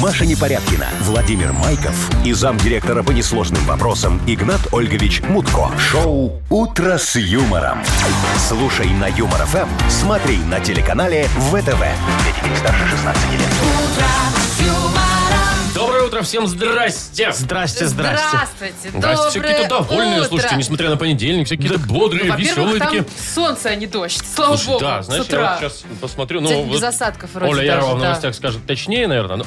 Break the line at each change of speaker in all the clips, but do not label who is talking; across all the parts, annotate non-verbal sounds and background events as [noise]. Маша Непорядкина, Владимир Майков и замдиректора по несложным вопросам Игнат Ольгович Мутко. Шоу «Утро с юмором». Слушай на Юмор ФМ, смотри на телеканале ВТВ. Для детей старше 16 лет.
Доброе утро, всем здрасте!
Здрасте, здрасте.
Здравствуйте.
Здрасте, все какие-то
доброе
довольные,
утро.
слушайте, несмотря на понедельник, все какие-то бодрые,
Во-первых,
веселые Э, такие.
там солнце, а не дождь. Слава
Слушай,
богу,
да, знаешь,
с
я вот
утра.
сейчас посмотрю. Ну,
Кстати,
вот
без осадков вроде
Оля Ярова
даже,
в
да.
новостях скажет точнее, наверное, но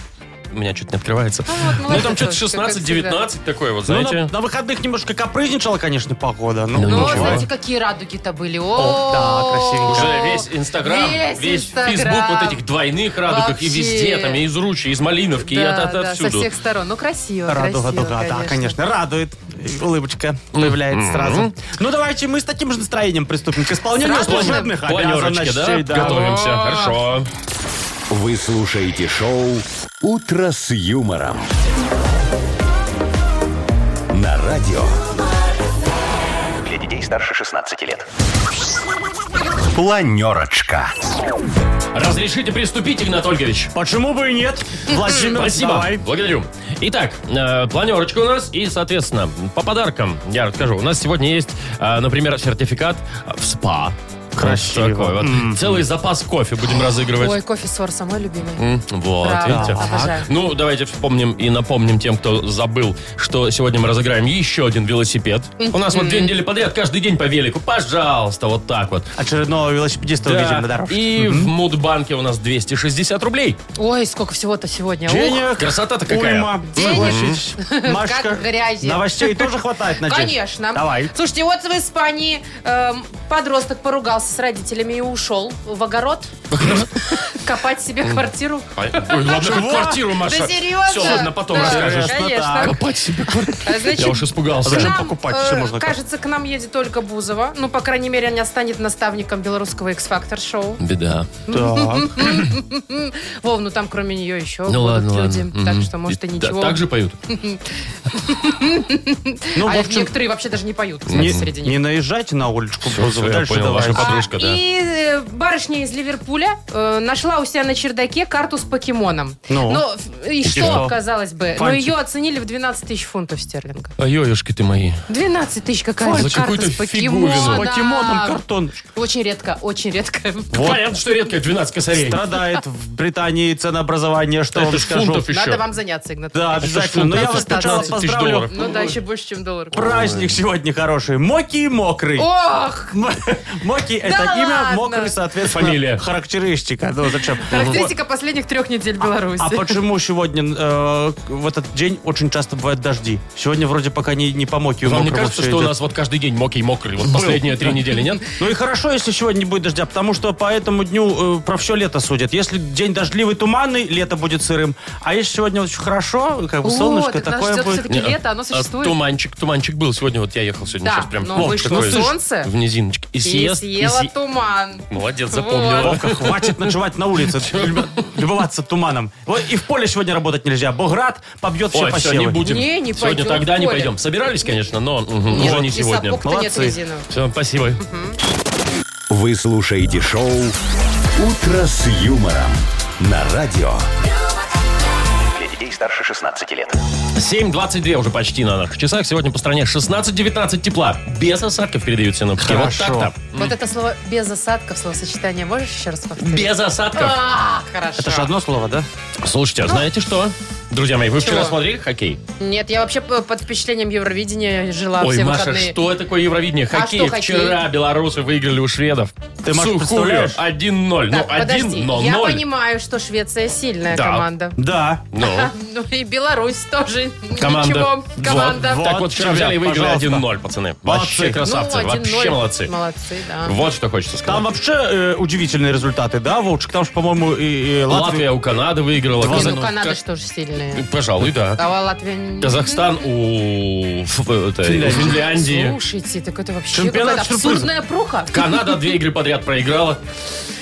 у меня что-то не открывается.
вот,
ну,
ну,
там
это
что-то
тоже,
16-19 такое вот,
Ну,
знаете.
на, на выходных немножко капризничала, конечно, погода. Ну,
Ну,
Ничего.
знаете, какие радуги-то были. О,
да, красивенько.
Уже весь Инстаграм,
Весь
весь,
Инстаграм.
Фейсбук вот этих двойных радугах и
Вообще.
везде, там, и из Ручи, и из Малиновки, и
Да,
от, от-
да, со
отсюду.
всех сторон. Ну, красиво,
Радуга,
красиво,
дуга, да, конечно, радует. И Улыбочка
М-м-м.
появляется сразу. Ну, давайте мы с таким же настроением приступим к исполнению
Сразу же?
служебных
Планерочки, да?
обязанностей. да.
Готовимся, хорошо.
Вы слушаете шоу «Утро с юмором». На радио. Для детей старше 16 лет. Планерочка.
Разрешите приступить, Игнат Ольгович?
Почему бы и нет?
М-м.
Владимир,
Спасибо.
давай.
Благодарю. Итак, э, планерочка у нас. И, соответственно, по подаркам я расскажу. У нас сегодня есть, э, например, сертификат в СПА.
Красиво.
Вот такой вот. Целый запас кофе будем разыгрывать.
Ой, кофе сор самой любимый.
М, Вот,
Браво,
видите?
обожаю.
Ну, давайте вспомним и напомним тем, кто забыл, что сегодня мы разыграем еще один велосипед. У нас вот две недели подряд, каждый день по велику. Пожалуйста, вот так вот.
Очередного велосипедиста увидим на
Да.
дорожке.
И в Мудбанке у нас 260 рублей.
Ой, сколько всего-то сегодня. Ух,
Денег.
Красота-то какая.
Уйма.
Денег.
Согласись. Машка,
Как грязи.
новостей тоже хватает, надеюсь?
Конечно. [laughs]
Давай.
Слушайте, вот в Испании эм, подросток поругался с родителями и ушел в огород копать себе квартиру.
Ой, ладно, хоть квартиру, Маша.
Да серьезно?
Все, ладно, потом
Да,
расскажешь.
Конечно.
Копать себе квартиру.
А, значит,
Я уж испугался.
к
Зачем
нам,
покупать? Все
э,
можно копать.
Кажется, к нам едет только Бузова. Ну, по крайней мере, она станет наставником белорусского X-Factor шоу.
Беда.
Так. Ну,
Вов, ну там кроме нее еще
Ну
будут
ладно,
люди.
ладно.
Так
Мгм.
что, может, и
Да,
ничего.
Так же поют?
Ну, в
а
общем,
некоторые вообще даже не поют, кстати,
не,
среди них.
не наезжайте на Олечку
Всё,
Бузову.
всё, я
Дальше
понял,
давай.
ваша подружка, да.
И э, барышня из Ливерпуля э, нашла у себя на чердаке карту с покемоном.
Ну?
Но, э, и,
И
что,
что?
казалось бы? Но
Фантик.
ее оценили в 12 тысяч фунтов стерлингов.
Ой, ешки ты мои.
12 тысяч какая
За
же карта
какую-то
с
фиговину.
С
покемоном.
покемоном картоночка.
Очень редко, очень редко.
Понятно, что редкая 12 косарей.
Страдает в Британии ценообразование, что
Это
вам
ж
скажу.
фунтов еще.
Надо вам заняться, Игнат.
Да,
Ильич.
обязательно. Но я
фунтов
вас
это
сначала
15 тысяч
поздравлю.
долларов.
Ну да, еще больше, чем доллар.
Праздник сегодня хороший. Моки и мокрый.
Ох!
М- Моки это
Да
имя,
ладно.
мокрый, соответственно,
Фамилия.
характеристика. Ну зачем?
Характеристика последних трех недель Беларуси.
А почему сегодня э, в этот день очень часто бывают дожди? Сегодня вроде пока не, не по моки и
Вам не
мокрому
кажется,
всё
что у
идет.
нас вот каждый день мокрый мокрый? Вот последние три недели, нет?
Ну и хорошо, если сегодня не будет дождя, потому что по этому дню э, про все лето судят. Если день дождливый, туманный, лето будет сырым. А если сегодня очень хорошо, как бы
О,
солнышко,
так нас
такое
ждет
будет...
всё-таки [laughs] лето, оно
А,
существует.
Туманчик, туманчик был сегодня. Вот я ехал сегодня
Да,
сейчас прям.
но
О,
вышло
такое
солнце.
В низиночке. И
И
съест. и
съела
съ-
туман.
Молодец, запомнила.
Вовка, хватит ночевать на улице, люб- любоваться туманом. Вот и в поле сегодня работать нельзя. Боград побьет все
Ой, все, не
посевы.
будем.
Не, не
Сегодня
пойдем,
тогда не
Коля.
пойдем. Собирались, конечно, но мгм,
Нет,
уже не
и
сегодня.
сапог-то нет
Молодцы.
резиновых.
Все, спасибо.
Вы слушаете шоу «Утро с юмором» на радио. Для детей старше 16 лет.
7.22 уже почти на наших часах. Сегодня по стране 16-19 тепла. Без осадков передают синоптики.
Хорошо.
Вот так-то.
Вот это слово без осадков, словосочетание, можешь еще раз повторить?
Без осадков.
А, хорошо.
Это же одно слово, да?
Слушайте, а знаете что? Друзья мои, вы вчера
Чего?
смотрели хоккей?
Нет, я вообще п- под впечатлением Евровидения жила
Ой,
А, все
Маша,
выходные.
что такое Евровидение?
А
Хоккей.
что хоккей?
Вчера белорусы выиграли у шведов.
Ты, Маша,
Сухую.
представляешь?
1-0.
Так,
ну, 1,
подожди,
но
я
0.
понимаю, что Швеция сильная
Да.
команда.
Да.
Ну,
[laughs] Ну и Беларусь тоже
команда.
ничего.
Вот,
Команда.
Так вот, вчера
тебя,
взяли и выиграли
пожалуйста.
1-0, пацаны. Вообще
Молодцы.
красавцы,
Ну, 1-0.
вообще молодцы.
Молодцы, да.
Вот что хочется сказать.
Там вообще э, удивительные результаты, да, Вовчик? Там же, по-моему, и, и
Латвия
Латвия...
у Канады выиграла.
Не,
Каза-
ну Канада
Ка-
же тоже сильная.
Пожалуй, да.
А Латвия... не-
Казахстан у Ф- это, у Финляндии.
Слушайте, так это вообще
Чемпионат
какая-то
сюрпризов.
абсурдная пруха.
Канада две игры подряд проиграла.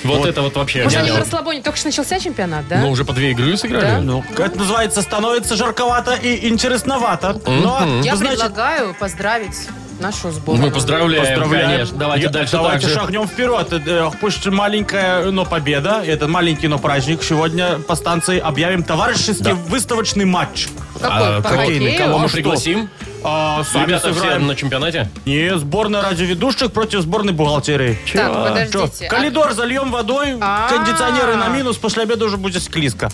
Вот, это вот вообще.
[laughs] Может, они
Я-
на расслабоне. Только что начался чемпионат, да?
Ну, уже по две игры
Да?
сыграли.
Ну, это называется, становится жарковато и интересновато. Но,
Я
ну, значит,
предлагаю поздравить нашу сборную.
Мы поздравляем,
Поздравляем.
конечно. Давайте
Я-
дальше
Давайте
так же.
шагнем вперед. Э, Пусть маленькая, но победа. Это маленький, но праздник. Сегодня по станции объявим товарищеский выставочный матч.
Какой?
А
По
какие-
хоккею?
кого мы
А что?
пригласим?
А, сами
Ребята все
сыграем.
на чемпионате?
Не, сборная радиоведущих против сборной бухгалтерии.
Так,
Чё,
подождите.
Коридор зальем водой,
А.
кондиционеры на минус, после обеда уже будет склизко.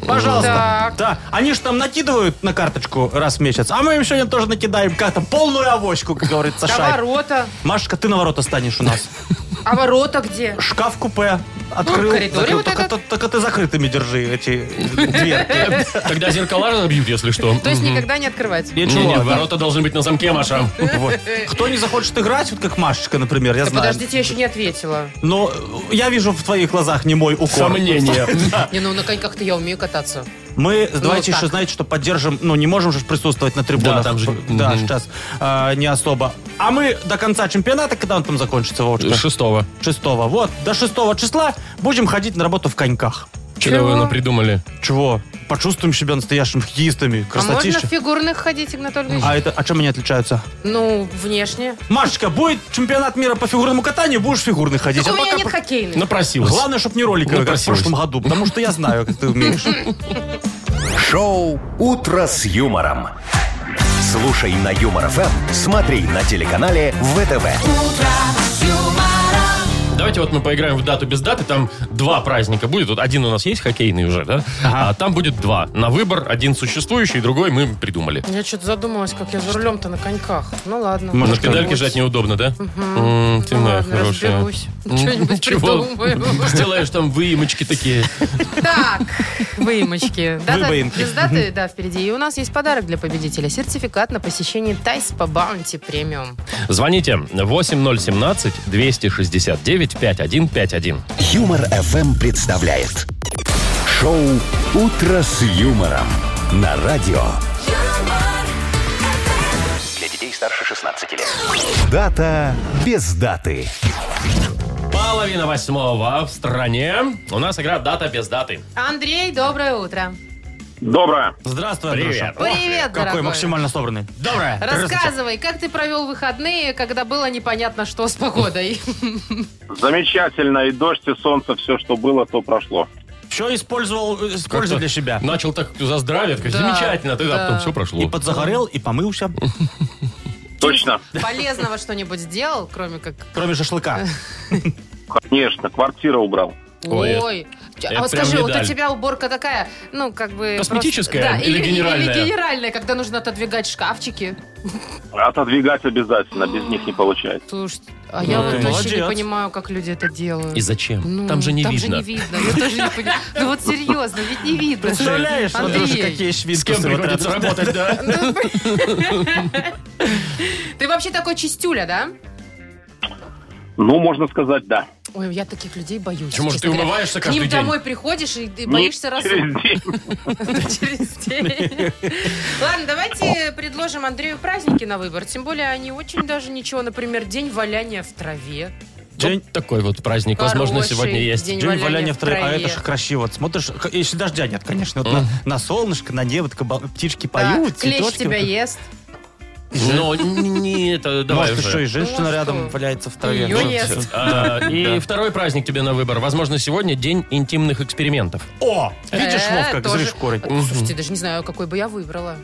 Ну,
Пожалуйста.
Так.
Да, они же там накидывают на карточку раз в месяц, а мы им сегодня тоже накидаем как там полную авоську, как говорит
А, до
Саша.
ворота.
Машечка, ты на ворота станешь у нас.
А ворота где?
Шкаф-купе открыл.
в коридоре
закрыл.
вот
только,
этот.
т- только ты закрытыми держи эти
[laughs]
дверки.
Тогда зеркала разобьют, если что.
То есть никогда не открывать.
Не-не,
Ничего.
ворота должны быть на замке, Маша.
Вот. Кто не захочет играть, вот как Машечка, например, я
Да
знаю.
подождите, я еще не ответила.
Но я вижу в твоих глазах не мой укор.
Сомнения.
А.
Не, ну на коньках-то я умею кататься. А
Мы давайте
Ну так.
еще, знаете, что поддержим, ну, не можем же присутствовать на трибунах.
Да, там же-
Да,
мгм.
сейчас э, не особо. А мы до конца чемпионата, когда он там закончится, Вовочка?
Шестого.
Шестого. Вот, до шестого числа будем ходить на работу в коньках.
Чего вы напридумали?
Чего? Почувствуем себя настоящими хоккеистами,
А можно в
красотища.
фигурных ходить, Игнат Ольгович?
А это, а чем они отличаются?
Ну, внешне.
Машечка, будет чемпионат мира по фигурному катанию, будешь фигурный ходить.
Так у
А
меня
пока
нет
по-
хоккейных.
Напросилась.
Главное, чтобы не роликовый, как в
Напросилась.
прошлом году, потому что я знаю, как ты умеешь.
Шоу «Утро с юмором». Слушай на Юмор ФМ, смотри на телеканале ВТВ.
Давайте вот мы поиграем в дату без даты. Там два праздника будет. Вот один у нас есть хоккейный уже, да? А там будет два. На выбор один существующий, другой мы придумали.
Я что-то задумалась, как я за рулем-то на коньках. Ну ладно.
На
Может,
педальке жать неудобно, да? М, Ты
Ну
моя
ладно,
хорошая.
разберусь.
М,
Что-нибудь
чего?
придумаю.
Сделаешь там выемочки такие.
Так, выемочки. Дата
Выбоинки.
без даты, да, впереди. И у нас есть подарок для победителя. Сертификат на посещение Тайс по Баунти Премиум.
Звоните 8017-269-5151.
Юмор ФМ представляет. Шоу «Утро с юмором» на радио.
Для детей старше 16 лет.
Дата без даты.
Половина восьмого в стране. У нас игра «Дата без даты».
Андрей, доброе утро.
Доброе.
Здравствуй,
Привет.
Андрюша.
Привет,
Какой
дорогой.
максимально собранный. Доброе.
Рассказывай, как ты провел выходные, когда было непонятно, что с погодой? [laughs]
Замечательно. И дождь, и солнце, все, что было, то прошло.
Все использовал, э,
Как-то
использовал для себя.
Начал так за здравие. так,
Да,
Замечательно. а Ты
да.
да, потом все прошло.
И подзагорел, и помылся,
Точно.
Полезного что-нибудь сделал, кроме как...
кроме шашлыка.
Конечно, квартира убрал.
Ой,
Ой,
это
а вот
прям
скажи, вот у
медаль.
тебя уборка такая, ну, как бы... просто-
Косметическая
Да,
или генеральная?
Или генеральная, когда нужно отодвигать шкафчики.
Отодвигать обязательно, без них не получается.
Слушай, а я
Ну,
вот
ты
вообще не
молодец.
понимаю, как люди это делают.
И зачем?
Ну,
там же не
там
видно.
Же не видно. Я тоже не понимаю. Ну вот серьезно, ведь не видно.
Представляешь,
Андрей,
Андрюша, какие
С
швидкости.
кем приходится работать, да?
ты вообще такой чистюля, да?
Ну, можно сказать, да.
Ой, я таких людей боюсь.
Чё, может,
честно
ты
говоря.
умываешься
К
каждый
ним
день?
домой приходишь и ты боишься
Не
раз
через день.
[laughs] через день. Ладно, давайте предложим Андрею праздники на выбор. Тем более они очень даже ничего. Например, день валяния в траве.
День-
Вот такой вот праздник, возможно,
Хороший
сегодня есть.
день.
День
валяния
валяния
в
в траве. А
траве.
это же красиво. Вот Смотришь, х- если дождя нет, конечно. Вот на- На солнышко, на небо, так оба- птички поют,
Да, А, Клещ
цветочки.
тебя ест.
Но Ну, не это, давай
Может,
уже.
еще и
Ну,
женщина
а
рядом
что?
валяется в траве.
Её
Вот.
ест.
А, И второй праздник тебе на выбор. Возможно, сегодня день интимных экспериментов.
О, видишь,
Э,
Вовка, как
тоже.
зришь корень.
Слушайте, даже не знаю, какой бы я выбрала.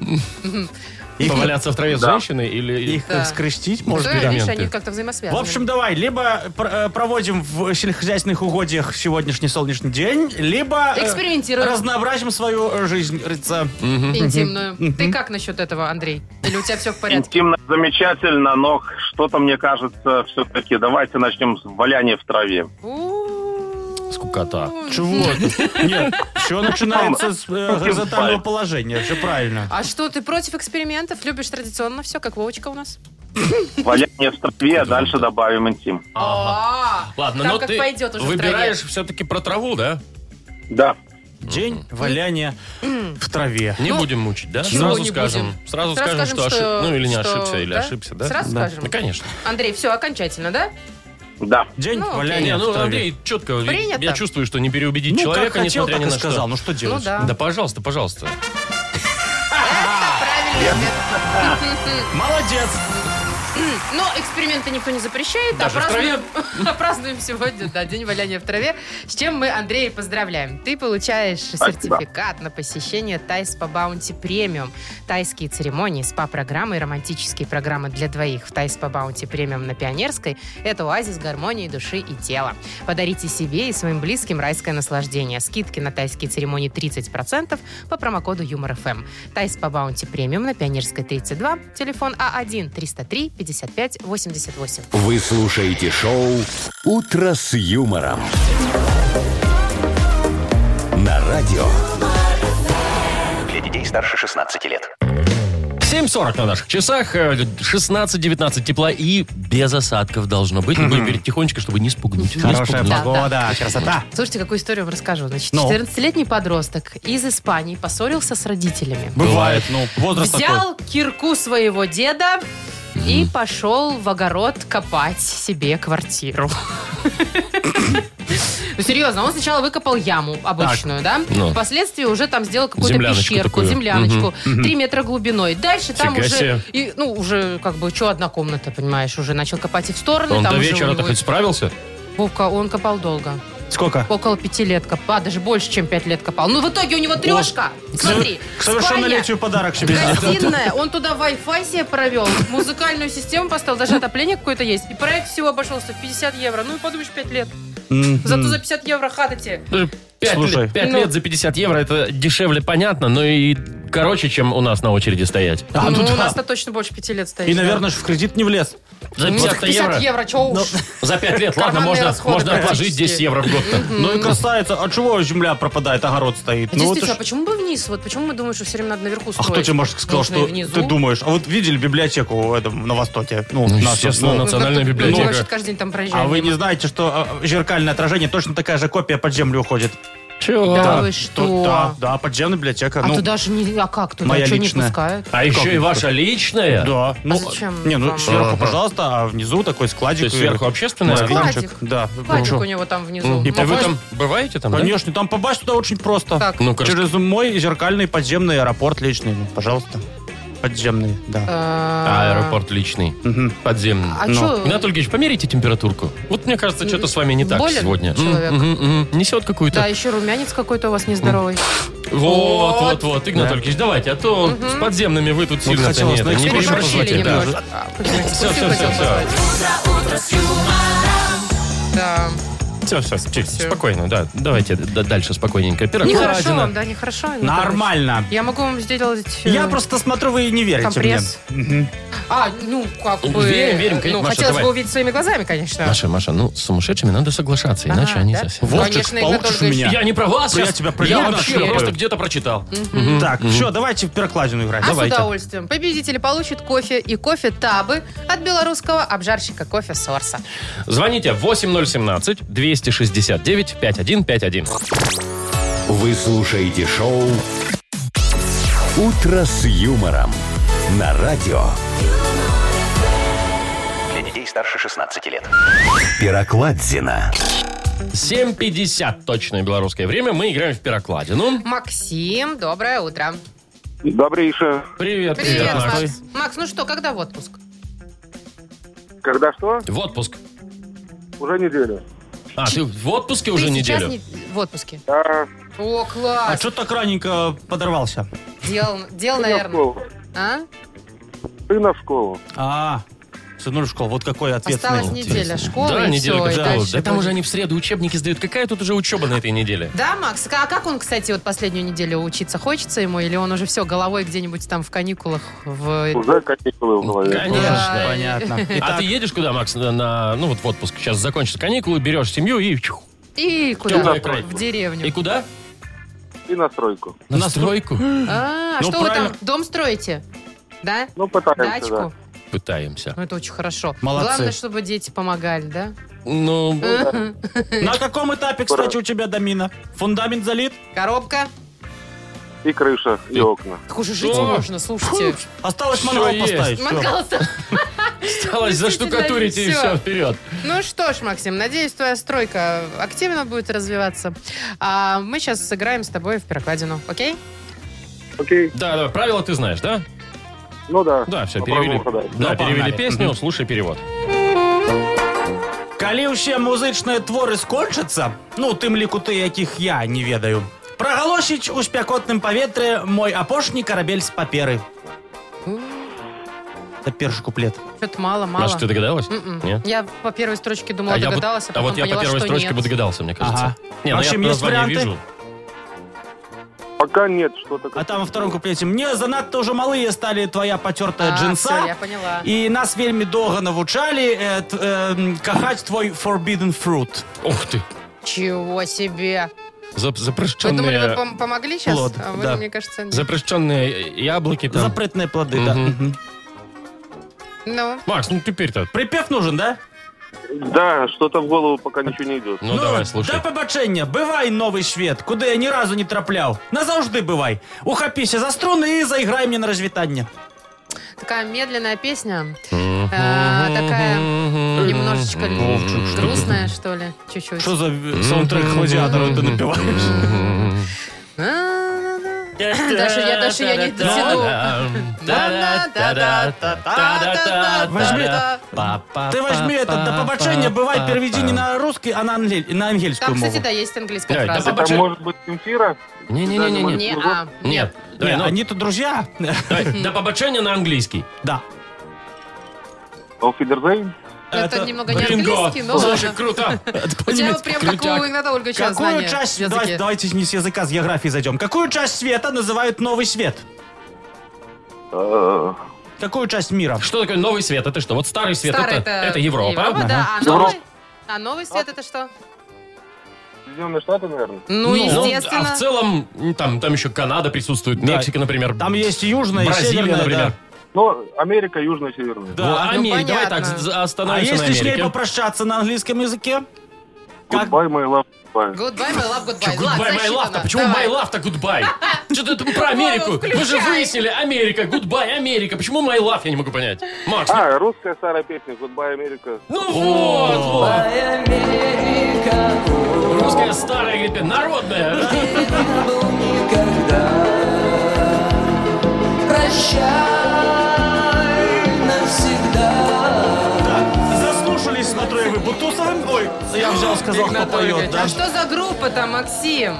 Их-
Поваляться в траве с
Да.
женщиной или...
Их
Да.
э, скрестить
Да,
можно.
видишь,
эксперименты.
они как-то
В
взаимосвязаны.
общем, давай, либо пр- э, проводим в сельскохозяйственных угодьях сегодняшний солнечный день, либо э,
Экспериментируем.
разнообразим свою э, жизнь, рыца.
интимную. Ты как насчет этого, Андрей? Или у тебя все в порядке?
Интимно замечательно, но что-то, мне кажется, все-таки давайте начнем с валяния в траве.
У-у-у.
Скукота.
Ну,
Чего? ты? [laughs] Нет, все начинается с э, горизонтального
Кайф.
положения, все правильно.
А что, ты против экспериментов? Любишь традиционно все, как Вовочка у нас?
Валяние в траве, а дальше добавим интим.
Ага.
А,
Ладно,
там
но
как
ты
пойдет уже в траве.
выбираешь все-таки про траву, да?
Да.
День валяния в траве.
Не
Ну,
будем мучить, да?
чего
Сразу
не
скажем.
будем?
Сразу,
Сразу
скажем,
скажем,
что,
что-
ошиб- Ну, или не
что-
ошибся, или
да?
ошибся, да?
Сразу
да.
скажем?
Ну, конечно.
Андрей, все, окончательно, да?
Да.
День
Ну, окей.
валяния
Не, ну,
в траве.
Андрей, четко.
Принято.
Я чувствую, что не переубедить
ну,
человека,
как хотел,
несмотря
так
ни
и
на что.
сказал. Ну, что
Ну
делать?
да.
Да, пожалуйста, пожалуйста.
Правильно.
Молодец.
Но эксперименты никто не запрещает.
Даже
а
в траве?
празднуем, а [laughs] празднуем сегодня, да, день валяния в траве. С чем мы, Андрей, поздравляем. Ты получаешь сертификат на посещение Тайс по Баунти Премиум. Тайские церемонии, спа-программы и романтические программы для двоих в Тайс по Баунти Премиум на Пионерской – это оазис гармонии души и тела. Подарите себе и своим близким райское наслаждение. Скидки на тайские церемонии 30% по промокоду Юмор ФМ. Тайс по Баунти Премиум на Пионерской 32, телефон А А1-303-55-88.
Вы слушаете шоу «Утро с юмором». На радио
Для детей старше 16 лет.
7.40 на наших часах, э, 16-19 тепла и без осадков должно быть. Мы будем перед тихонечко, чтобы не спугнуть. Не
Хорошая
спугнуть.
Да,
погода, красота.
Слушайте, какую историю вам расскажу. Значит,
Ну.
14-летний подросток из Испании поссорился с родителями.
Бывает, ну, возраст такой.
Взял кирку своего деда и пошел в огород копать
[coughs]
себе квартиру. Ну, серьезно, он сначала выкопал яму обычную, да?
Ну.
Впоследствии уже там сделал какую-то
Земляночку
пещерку,
такую.
земляночку. Три метра глубиной. Дальше там
Фига себе.
уже... и, ну, уже как бы, что одна комната, понимаешь, уже начал копать и в стороны.
Он
там
до
уже у
вечера-то
него-
хоть справился?
Вовка, он копал долго.
Сколько?
Около пяти лет копал, а даже больше, чем пять лет копал. Ну, в итоге у него трешка. Смотри,
К совершеннолетию подарок себе
спальня,
сделал.
гостиная, он туда Wi-Fi себе провел, музыкальную систему поставил, даже отопление какое-то есть. И проект всего обошелся в 50 евро. Ну, и подумаешь, 5 лет. Зато за 50 евро хата тебе.
Ну, Пять
Слушай.
лет, пять
Ну.
лет за 50 евро, это дешевле, понятно, но и короче, чем у нас на очереди стоять.
А,
ну,
ну
у
да.
нас-то точно больше 5 лет стоит.
И, наверное, ж в кредит не влез.
За
Ну,
50 евро,
евро, чё
Ну,
уж. А
за 5 лет, ладно,
Карманные
можно,
расходы
можно отложить
практически.
10 евро в год-то.
Ну и красавица, а чего земля пропадает, огород стоит? Ну, вот
Действительно, а
это ж-
почему бы вниз? Вот почему мы думаем, что все время надо наверху
а
строить?
кто тебе, может, сказал,
Можно
что
и внизу.
ты думаешь? А вот видели библиотеку в этом, на Востоке? Ну,
Ну,
нашу,
естественно,
ну.
Ну, как-то,
Национальная
ну,
библиотека.
мы вообще каждый день там проезжаем.
А вы не
мимо.
знаете, что а, зеркальное отражение точно такая же копия под землю уходит?
Чего?
Да вы что?
Да, да, подземная библиотека.
А
ну,
туда же не... А как? Туда
моя
что не
личная.
пускают?
А еще и ваша личная?
Да. Ну,
А зачем
Не, ну
вам?
сверху,
Ага.
пожалуйста, а внизу такой складик.
То есть сверху
и-
общественная?
Да,
Складик.
винчик. Да.
Пачек
Ну,
у него там внизу.
И
Ну,
вы
а
там бываете там, да?
Конечно, там попасть туда очень просто.
Как?
Ну-ка,
Через мой зеркальный подземный аэропорт личный. Ну, Пожалуйста. Подземный, да.
А,
Аэропорт личный,
Мгм.
подземный.
А
Ну.
чё?
Игнат Ольгиевич, померите температурку. Вот мне кажется, что-то с вами не так
Болен
сегодня.
человек?
М, м, м. Несет
Да,
какую-то.
еще румянец какой-то у вас нездоровый.
Вот,
Вот.
вот, вот. Игнат
Да.
Ольгиевич, давайте, а то с подземными вы тут сильно
хотелось на экскурсию
Переборщили
Переборщили
немножко.
немножко.
А, понимаете,
Всё, всё,
пустил хотел
всё, всё.
назвать. Да.
Все, все, спокойно, да. Давайте д- дальше спокойненько. Пирог.
Нехорошо
Ладно.
вам, да, нехорошо. Анатолий
Нормально.
Иванович? Я могу вам сделать... э,
Я просто смотрю, вы не верите
Компресс.
мне. Мгм.
А, ну, как бы...
Верим, верим, конечно,
Ну,
Маша,
хотелось
давай.
бы увидеть своими глазами, конечно.
Маша, Маша, ну с сумасшедшими надо соглашаться,
Ага,
иначе они
А, да?
совсем...
Вот. Вовчик,
Конечно, Игнат
получишь
Ольгович.
меня.
Я не про вас
Я
сейчас.
тебя про
Я
Игната
вообще
щупаю.
просто где-то прочитал.
Так, все, давайте в пирокладину играть.
А
Давайте.
с удовольствием. Победители получат кофе и кофе Табы от белорусского обжарщика кофе Сорса.
Звоните 8017-269-5151.
вы слушаете шоу «Утро с юмором». На радио
Для детей старше 16 лет.
Пирокладзина.
7.50 точное белорусское время. Мы играем в пирокладину.
Максим, доброе утро.
Добрейшее.
Привет,
Привет,
привет. Макс.
Макс. Макс, ну что, когда в отпуск?
Когда что?
В отпуск.
Уже неделю.
А, ты в отпуске
Ты
уже
сейчас
неделю?
не- в отпуске.
Да,
О,
А
класс.
что так раненько подорвался?
Дел, дел,
сына в
наверное.
школу.
А?
Сына в школу.
А, сынуль в школу, вот какой ответственный.
Осталось неделя школы
Да,
и
неделя
всё,
как
и
школа.
дальше
Да там
будет.
уже они в среду учебники сдают. Какая тут уже учеба на этой неделе?
Да, Макс? А как он, кстати, вот последнюю неделю учиться? Хочется ему? Или он уже все, головой где-нибудь там в каникулах? В...
Уже каникулы в голове.
Да.
Понятно.
А
[laughs]
Итак,
ты едешь куда, Макс, на, на- ну вот в отпуск? Сейчас закончатся каникулы, берешь семью и... чух.
И куда?
Темный край.
В
И
деревню.
куда?
И на стройку.
На стройку.
А,
Ну,
что вы там,
правильно.
дом строите? Да?
Ну, пытаемся, да.
Дачку?
Пытаемся.
Ну, это очень хорошо.
Молодцы.
Главное, чтобы дети помогали, да?
Ну,
На каком этапе, кстати, у тебя домина? Фундамент залит?
Коробка.
И крыша, и окна.
Так уже жить
Что?
можно, слушайте.
Осталось
Всё
мангал
есть.
поставить. всё.
Мангал-то
осталось заштукатурить и
Всё.
все, вперед.
Ну что ж, Максим, надеюсь, твоя стройка активно будет развиваться. А мы сейчас сыграем с тобой в перекладину, окей?
Окей.
Да, да, правила ты знаешь, да?
Ну да.
Да, все,
Попробуем
перевели.
угадать.
Да,
Ну, погнали.
перевели песню, слушай перевод.
Калі ўсе музычныя творы скончацца, ну у тым ліку ты, якіх я не ведаю. Прагалосіць у спякотным паветры мой апошні карабель з паперы. Это першы куплет.
Что-то мало-мало.
Маша, ты догадалась?
М-м.
Нет?
Я по первой строчке думала,
я бы-
догадалась,
а
а, потом
вот я
поняла,
по первой
что
строчке
нет.
бы догадался, мне кажется.
Ага.
Не, ну
В общем,
я
есть
название
варианты?
вижу.
Пока нет что-то.
А там во втором куплеце мне занадта ўжо малыя сталі твоя пацёртая
А, всё, я
джинса.
поняла.
І нас вельмі доўга навучалі э, т- э, кахаць твой forbidden fruit.
Ух ты,
Чего себе.
за-
Вы думали, вы
запрещенные...
пом- помогли сейчас?
плод,
а вы,
да.
мне кажется, нет.
Запрещенные яблоки там.
Запретныя плады, да.
Мгм.
Мгм.
Ну,
Макс, ну теперь-то.
Припев нужен, да?
Да, что-то в голову пока ничего не идет.
Ну, давай,
Да
слушай.
побачення, бывай, новый швед, куди я ні разу не трапляв. Назавжди бывай. Ухапіся за струни і заіграй мені на розвітання.
такая медленная песня. А, такая немножечко грустная, что ли, чуть-чуть.
Що за е, саундтрек гладіатора ти
[laughs]
напіваєш?
А, А-да-да. Даже я даже я не дотяну.
Возьми-
А,
Ти
Ты
возьми этот, до побачення, бывай, переведи не на русский, а на, ангель, на ангельську
Там,
мову.
кстати, да, есть английская
Давай,
фраза.
да
Это
Вообще-
может быть Земфира?
Не-не-не-не.
Не, а,
Нет. Давай,
Ні,
ну,
они то друзья. [laughs]
давай, До побачения на английский.
Да.
Auf Wiedersehen?
Это немного не
Бинго.
английский, но
Слушай, [laughs]
ладно.
круто.
У тебя
по-немецки
прям
крутяк.
как у Игната Ольговича
Какую
знания
часть,
в языке.
давайте, давайте не с языка, с географии зайдем. Какую часть света называют новый свет?
Э,
Какую часть мира?
Что такое новый свет? Это что? Вот старый свет,
Старый
это, это Европа.
да. А
Европа.
новый, а новый свет это что?
Соединенные Штаты, наверное.
Ну,
а
естественно.
в целом, м, там, там еще Канада присутствует,
Да.
Мексика, например.
Там есть и южная, и
Бразилия,
северная.
например.
да.
Ну, Америка, Южная, Северная.
Да.
Вот,
Ну,
Амери- Давай
понятно.
так з-
А
остановимся на
если с ней
Америке.
попрощаться на английском языке? Как?
Goodbye, my love. goodbye.
Goodbye, my love, goodbye. Ладно,
Гудбай, май
засчитано.
лав-то. Почему
Давай.
май лав-то гудбай? Что ты про Америку? Вы же
включай.
выяснили Америка, гудбай, Америка. Почему май лав, я не могу понять. Макс, ну-
А, русская старая песня Goodbye, Америка.
ну вот, вот. Русская старая, говорит, народная.
Заслушались, смотрю, я вы Бутусовым. Ой, я
Ну,
взял, сказал, кто
Игнат Ольгович,
поет. Да,
А что за группа-то, Максим?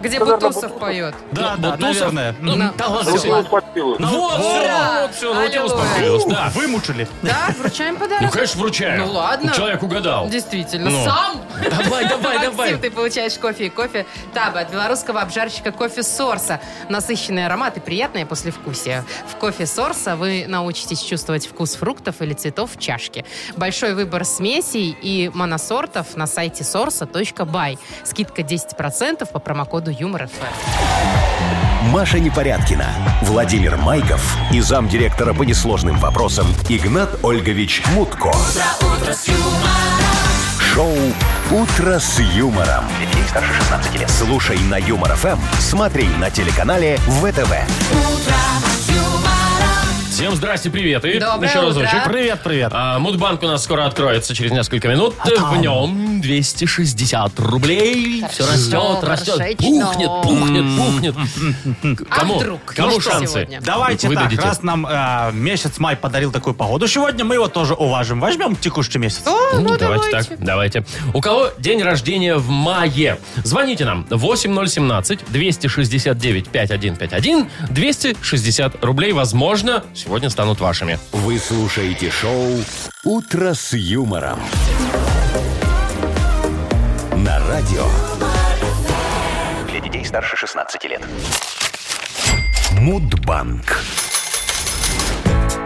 Где
Наверное,
Бутусов
Бутусов.
поет.
да,
Вот,
да,
ну, Сов-
наверное.
ну,
Ну,
да ладно,
ну,
Сов-
Научилась подпилу.
Вот,
Ура!
все, вот, все, ну, у тебя
Аллилуйя.
успокоилось,
Да,
да.
вымучили.
Да, вручаем
Ну,
подарок.
конечно, вручаю.
Ну, ладно.
Человек угадал.
Действительно,
Ну.
сам.
Давай, давай, давай.
Максим, ты получаешь кофе и кофе Таба от белорусского обжарщика кофе Сорса. Насыщенный аромат и приятное послевкусие. В кофе Сорса вы научитесь чувствовать вкус фруктов или цветов в чашке. Большой выбор смесей и моносортов на сайте sorsa.by. Скидка 10% по промокоду юмор ФМ.
Маша Непорядкина, Владимир Майков и замдиректора по несложным вопросам Игнат Ольгович Мутко. Шоу Утро с юмором.
Детей старше 16 лет.
Слушай на Юмор ФМ, смотри на телеканале ВТВ.
Всем здрасте, привет. И
Доброе
еще
утро.
разочек.
Привет, привет. А
А, Мудбанк у нас скоро откроется через несколько минут. В нем 260 рублей. Все
Хорошо,
растет, растет.
хорошечно.
Пухнет, пухнет, пухнет.
А
Кому?
вдруг? Ну
Кому
что
шансы?
сегодня?
Давайте
Выдадите.
так, раз нам э, месяц май подарил такую погоду сегодня, мы его тоже уважим. Возьмем текущий месяц.
О,
Ну,
ну
давайте, так, давайте. У кого день рождения в мае? Звоните нам 8017-269-5151. 260 рублей, возможно, сегодня станут вашими.
Вы слушаете шоу Утро с юмором. На радио
Для детей старше 16 лет.
Мудбанк.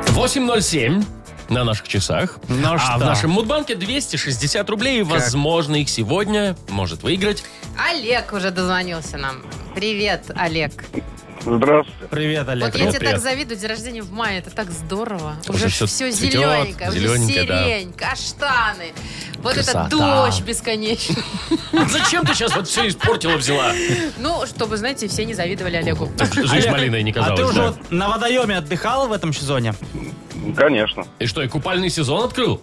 8.07 на наших часах.
Ну
а
что?
в нашем Мудбанке 260 рублей. Возможно, их сегодня может выиграть.
Олег уже дозвонился нам. Привет, Олег.
Здравствуйте.
Привет, Олег.
вот я тебе
привет.
так завидую, день рождения в мае, это так здорово.
Уже
Уже,
всё
все,
цветёт,
зелененькое, уже
зелёненькое, да.
сирень, каштаны. Вот
Красота.
этот дождь бесконечный. [laughs]
Зачем ты сейчас вот все испортила, взяла?
Ну, чтобы, знаете, все не завидовали Олегу.
Жизнь
Олег,
малиной не
а
казалось.
ты уже
да.
вот на водоеме отдыхал в этом сезоне?
Конечно.
И что, и купальный сезон открыл?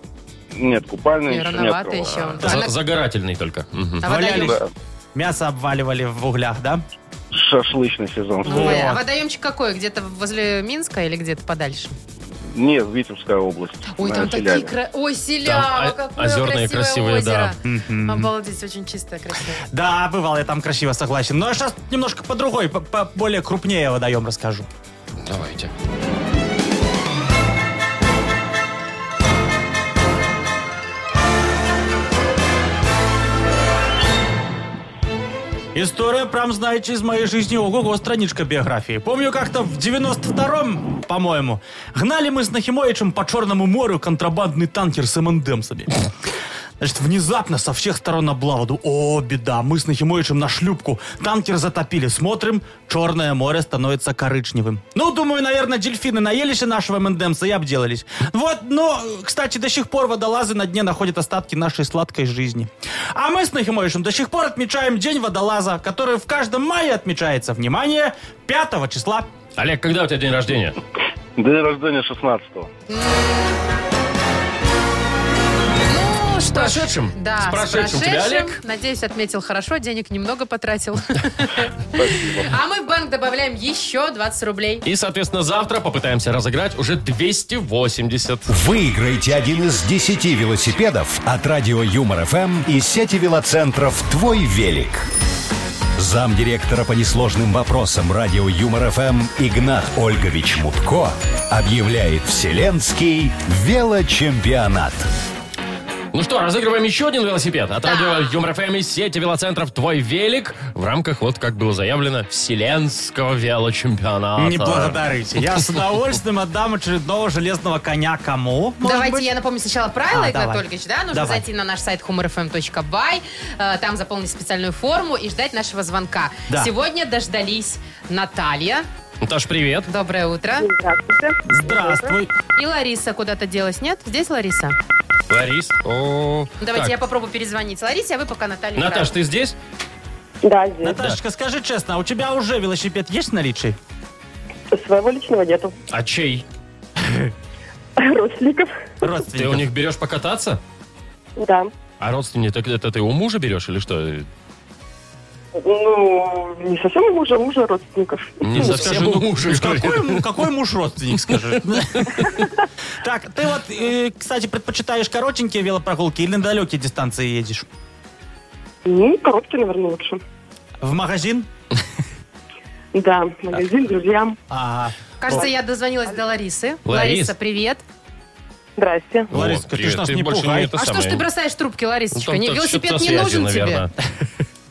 Нет, купальный
Не,
еще не
рановато
открывал.
еще.
За-
Она-
загорательный только. Мгм.
А водоем-
Валялись.
Да.
Мясо обваливали в углях, да?
шашлычный сезон.
Ой, а водоемчик какой? Где-то возле Минска или где-то подальше?
Нет, Витебская область.
Ой,
на
там
Селябе.
такие... кра- Ой,
Там,
Селява,
а,
какое
озерное красивое,
красивое озеро.
Мгм.
Обалдеть, очень чистое, красивое.
Да, бывал я там красиво, согласен. Но я сейчас немножко по другой, по, по более крупнее водоем расскажу.
Давайте.
История, прям, знаете, из моей жизни, ого-го, страничка биографии. Помню, как-то в 92-м, по-моему, гнали мы с Нахимовичем по Черному морю контрабандный танкер с МНДМсами. Значит, внезапно со всех сторон облаводу. О, беда, мы с Нахимовичем на шлюпку. Танкер затопили. Смотрим, Черное море становится коричневым. Ну, думаю, наверное, дельфины наелись и нашего МНДМса и обделались. Вот, но, кстати, до сих пор водолазы на дне находят остатки нашей сладкой жизни. А мы с Нахимовичем до сих пор отмечаем День водолаза, который в каждом мае отмечается, внимание, 5 числа.
Олег, когда у тебя день рождения?
День рождения 16-го.
Ну, что ж.
прошедшим.
Да,
С прошедшим тебя, Олег.
Надеюсь, отметил хорошо, денег
[laughs]
немного потратил. А мы в банк добавляем еще 20 рублей.
И, соответственно, завтра попытаемся разыграть уже 280.
Выиграйте один из 10 велосипедов от радио Юмор ФМ и сети велоцентров «Твой велик». Замдиректора по несложным вопросам радио Юмор ФМ Игнат Ольгович Мутко объявляет Вселенский велочемпионат.
Ну что, разыгрываем еще один велосипед от радио Юмор ФМ и сети велоцентров «Твой велик» в рамках, вот как было заявлено, Вселенского велочемпионата. [laughs]
Не благодарите. Я с удовольствием отдам очередного железного коня кому? может
Давайте
быть?
я напомню сначала правила,
А,
Игнат
давай.
Ольгович, да? Нужно
Давай.
зайти на наш сайт humorfm.by, э, там заполнить специальную форму и ждать нашего звонка.
Да.
Сегодня дождались Наталья.
Наташ, привет.
Доброе утро.
Здравствуйте.
Здравствуй.
И Лариса куда-то делась, нет? Здесь Лариса?
Ларис. О,
Давайте
так.
я попробую перезвонить Ларисе, а вы пока Наталью.
Наташ, ты здесь?
Да, здесь.
Наташечка, скажи честно, а у тебя уже велосипед есть в наличии?
Своего личного нету. [laughs]
А чей?
Родственников.
Ты
Родственников.
у них берешь покататься?
Да.
А родственники, так это ты у мужа берешь или что?
Ну, не совсем у мужа, у мужа родственников.
Не совсем у мужа.
ну, Какой, му- какой муж родственник, скажи? [laughs] Так, ты вот, э, кстати, предпочитаешь коротенькие велопрогулки или на далекие дистанции едешь?
Ну, коробки, наверное, лучше.
В магазин?
Да, магазин, друзьям.
А,
Кажется, я дозвонилась до Ларисы.
Ларис.
Лариса, привет.
Здрасте.
О,
Лариска, ты
привет,
ж нас
ты
не
больше
пугай.
это
а что ж
самое.
ты бросаешь трубки,
Ну,
Ларисочка?
там
Не,
что-то
велосипед не
связи,
нужен тебе.
наверное.
[laughs]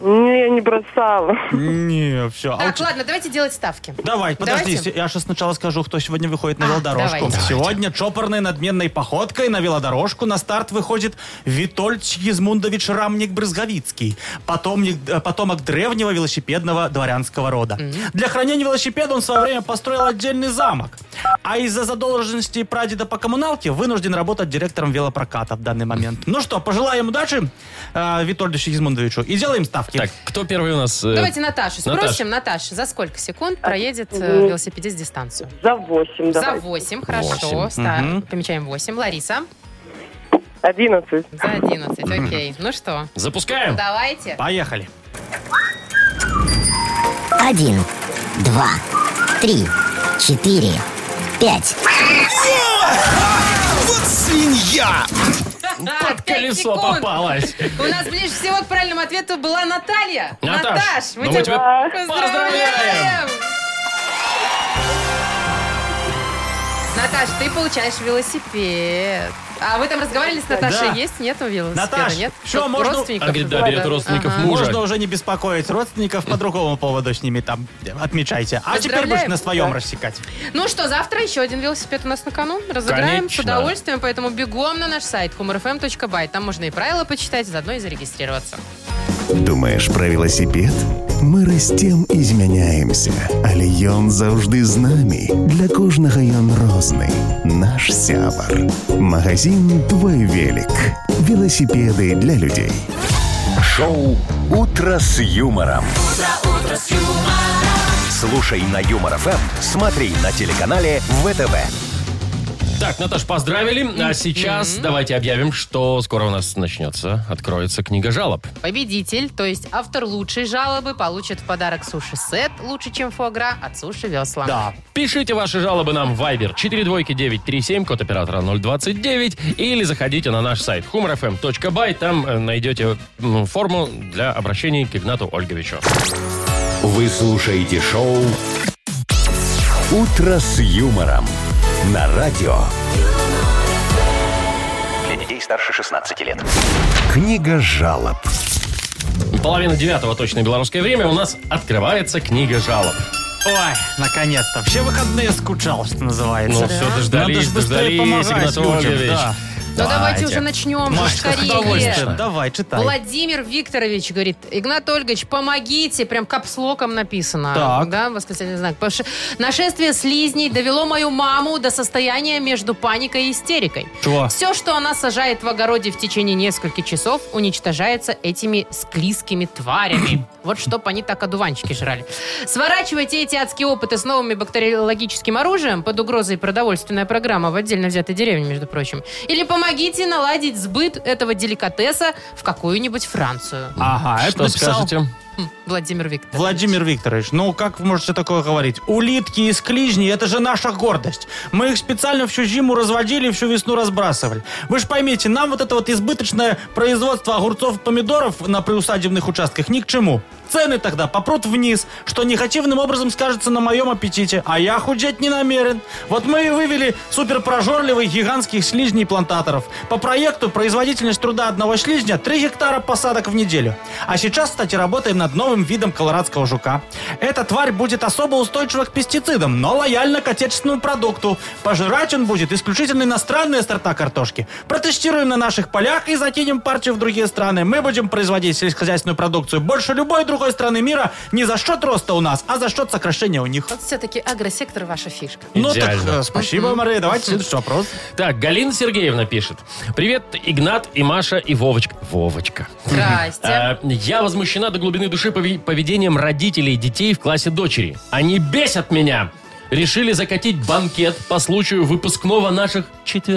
Ну, Не, не бросала. [laughs]
не, все.
А
Так, ладно, давайте делать ставки.
Давай, подожди,
Давайте.
се- я сейчас сначала скажу, кто сегодня выходит на
А,
велодорожку.
давайте.
Сегодня чопорной надменной походкой на велодорожку на старт выходит Витольд Сигизмундович Рамник-Брызговицкий, потомник, э, потомок древнего велосипедного дворянского рода. Для хранения велосипеда он в свое время построил отдельный замок, а из-за задолженности прадеда по коммуналке вынужден работать директором велопроката в данный момент. Ну что, пожелаем удачи э, Витольду Сигизмундовичу и делаем ставки.
Так, кто первый у нас? э,
Давайте Наташу
Наташ.
спросим. Наташа, за сколько секунд проедет э,
ну,
велосипедист дистанцию?
За восемь,
За
давай.
8, хорошо.
Восемь.
ста-
Мгм.
Помечаем 8. Лариса,
Одиннадцать.
за 11, окей. Ну что,
Запускаем.
давайте.
Поехали.
Один, два, три, четыре, пять.
Под колесо
[laughs]
попалась.
У нас ближе всего к правильному ответу была Наталья.
Наташ,
Наташ, мы
ну мы
тебя
тебя
поздравляем! Наташ, ты получаешь велосипед. А вы там разговаривали с Наташей?
Да.
Есть? Нету велосипеда?
Наташ,
Нет?
всё,
Тут
можно-
Родственников?
Она говорит, да, берет А родственников
Ага.
мужа.
Можно уже не беспокоить родственников по другому поводу с ними там отмечайте. А теперь
Поздравляем.
будешь на своем
Да.
рассекать.
Ну что, завтра еще один велосипед у нас на кону. Разыграем
Конечно.
с удовольствием, поэтому бегом на наш сайт humorfm.by. Там можно и правила почитать, заодно и зарегистрироваться.
Думаешь про велосипед? Мы растем и змяняемся, але ён заўжды з намі. Для кожнага ён розны. Наш сябар. Магазин «Твой велик». Велосипеды для людей.
Шоу «Утро с юмором». Эм, Слушай на Юмор ФМ, смотри на телеканале ВТВ.
Так, Наташ, поздравили. А сейчас давайте объявим, что скоро у нас начнется, откроется книга жалоб.
Победитель, то есть автор лучшей жалобы, получит в подарок суши-сет лучше, чем фуагра от суши-весла.
Да.
Пишите ваши жалобы нам в Viber 42937, код оператора 029, или заходите на наш сайт humorfm.by, там э, найдете м, форму для обращения к Игнату Ольговичу.
Вы слушаете шоу «Утро с юмором» на радио.
Для детей старше 16 лет.
Книга жалоб.
Половина девятого, точное белорусское время, у нас открывается книга жалоб.
Ой, наконец-то. Все выходные скучал, что
Ну,
называется.
все, дождались,
Надо ж
дождались,
быстрее помогать
Игнат
людям,
Ольгович.
да.
Ну давайте уже начнем, же,
Машка, с удовольствием.
скорее.
Давай, читай.
Владимир Викторович говорит, Игнат Ольгович, помогите, прям капслоком написано.
Так.
Да, восклицательный знак. Потому что Нашествие слизней довело мою маму до состояния между паникой и истерикой.
Чего?
Все, что она сажает в огороде в течение нескольких часов, уничтожается этими склизкими тварями. Вот чтоб они так одуванчики жрали. Сворачивайте эти адские опыты с новым бактериологическим оружием под угрозой продовольственная программа в отдельно взятой деревне, между прочим. Или помогите наладить сбыт этого деликатеса в какую-нибудь Францию.
Ага, это
Что
написал
скажете?
Хм, Владимир Викторович.
Владимир Викторович, ну как вы можете такое говорить? Улитки и склижни – это же наша гордость. Мы их специально всю зиму разводили и всю весну разбрасывали. Вы же поймите, нам вот это вот избыточное производство огурцов и помидоров на приусадебных участках ни к чему. Цены тогда попрут вниз, что негативным образом скажется на моем аппетите, а я худеть не намерен. Вот мы и вывели суперпрожорливых гигантских слизней плантаторов. По проекту производительность труда одного слизня 3 гектара посадок в неделю. А сейчас, кстати, работаем над новым видом колорадского жука. Эта тварь будет особо устойчива к пестицидам, но лояльна к отечественному продукту. Пожирать он будет исключительно иностранные сорта картошки. Протестируем на наших полях и закинем партию в другие страны. Мы будем производить сельскохозяйственную продукцию больше любой другой страны мира не за счет роста у нас, а за счет сокращения у них.
Вот все-таки агросектор ваша фишка.
Ну так,
Идеально.
э, спасибо, Мария. Давайте следующий вопрос.
Так, Галина Сергеевна пишет. Привет, Игнат и Маша и Вовочка. Вовочка.
Здрасте.
Э, Я возмущена до глубины души пови- поведением родителей детей в классе дочери. Они бесят меня. Решили закатить банкет по случаю выпускного наших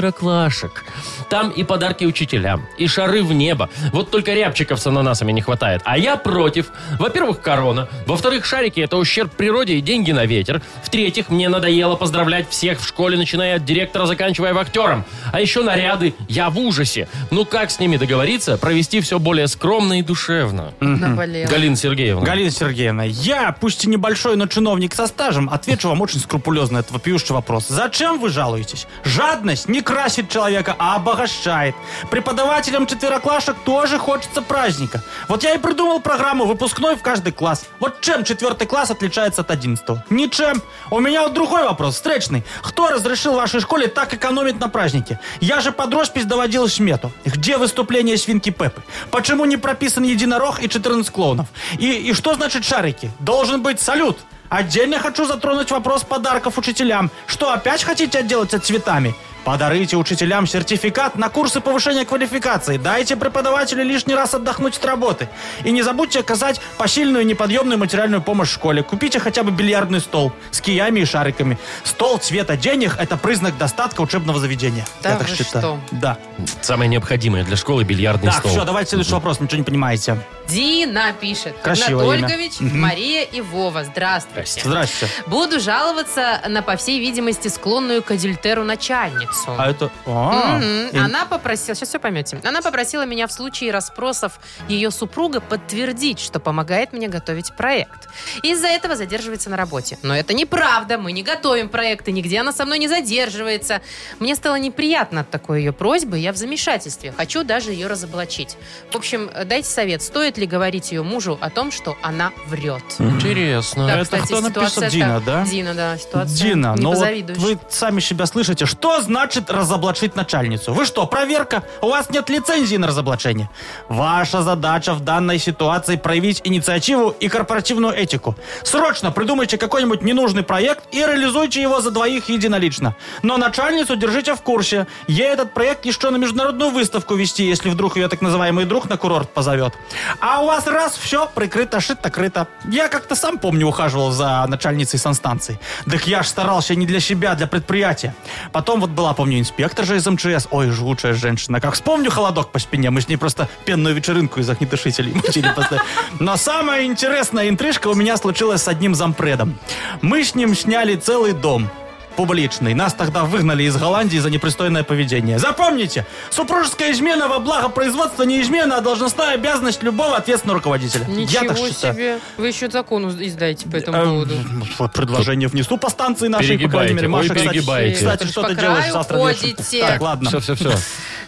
четвероклашек. Там и подарки учителям, и шары в небо. Вот только рябчиков с ананасами не хватает. А я против. Во-первых, корона. Во-вторых, шарики – это ущерб природе и деньги на ветер. В-третьих, мне надоело поздравлять всех в школе, начиная от директора, заканчивая актером. А еще наряды. Я в ужасе. Ну как с ними договориться, провести все более скромно и душевно?
Наболел.
Галина Сергеевна.
Галина Сергеевна, я, пусть и небольшой, но чиновник со стажем, отвечу вам очень скрупулезно на этот вопиющий вопрос. Зачем вы жалуетесь? Жадность не красит человека, а обогащает. Преподавателям четвероклашек тоже хочется праздника. Вот я и придумал программу выпускной в каждый класс. Вот чем четвертый класс отличается от одиннадцатого? Ничем. У меня вот другой вопрос, встречный. Кто разрешил вашей школе так экономить на празднике? Я же под роспись доводил смету. Где выступление свинки Пеппы? Почему не прописан единорог и 14 клоунов? И, и что значит шарики? Должен быть салют. Отдельно хочу затронуть вопрос подарков учителям. Что опять хотите отделаться цветами? Подарите учителям сертификат на курсы повышения квалификации. Дайте преподавателю лишний раз отдохнуть от работы. И не забудьте оказать посильную неподъемную материальную помощь в школе. Купите хотя бы бильярдный стол с киями и шариками. Стол цвета денег – это признак достатка учебного заведения.
Да
Я так
вы
считаю.
что?
Да.
Самое необходимое для школы бильярдный
так,
стол.
все, давайте следующий вопрос. Ничего не понимаете.
Дина пишет.
Красивое
Игнат
имя.
Ольгович, Мария и Вова. Здравствуйте.
Здравствуйте.
Буду жаловаться на, по всей видимости, склонную к адюльтеру начальницу.
А это... А,
Мгм.
и-
Она попросила, сейчас все поймете. Она попросила меня в случае расспросов ее супруга подтвердить, что помогает мне готовить проект. Из-за этого задерживается на работе. Но это неправда, мы не готовим проекты, нигде она со мной не задерживается. Мне стало неприятно от такой ее просьбы, я в замешательстве. Хочу даже ее разоблачить. В общем, дайте совет, стоит ли говорить ее мужу о том, что она врет.
Интересно.
Да,
это кто написал? Дина, да?
Дина, да, ситуация.
Дина,
не
ну вот
позавидуешь.
вы сами себя слышите. Что значит разоблачить начальницу? Вы что, проверка? У вас нет лицензии на разоблачение. Ваша задача в данной ситуации проявить инициативу и корпоративную этику. Срочно придумайте какой-нибудь ненужный проект и реализуйте его за двоих единолично. Но начальницу держите в курсе. Ей этот проект еще на международную выставку вести, если вдруг ее так называемый друг на курорт позовет. А у вас раз все прикрыто, шито-крыто. Я как-то сам помню ухаживал за начальницей санстанции. Так я ж старался не для себя, а для предприятия. Потом вот была помню, инспектор же из МЧС. Ой, жгучая женщина. Как вспомню холодок по спине. Мы с ней просто пенную вечеринку из огнетушителей [laughs] мучили постоянно. Но самая интересная интрижка у меня случилась с одним зампредом. Мы с ним сняли целый дом публичный. Нас тогда выгнали из Голландии за непристойное поведение. Запомните, супружеская измена во благо производства не измена, а должностная обязанность любого ответственного руководителя. Я так
Ничего
считаю.
себе. Вы еще закон уз- издаете по этому
Эм,
поводу.
вот Предложение внесу по станции нашей, по
Перегибаете,
крайней мере.
ой,
Маша, кстати,
перегибаете.
кстати, что
По
ты делаешь
краю
завтра вечером?
ходите.
Так, ладно.
Все,
[laughs]
все, все.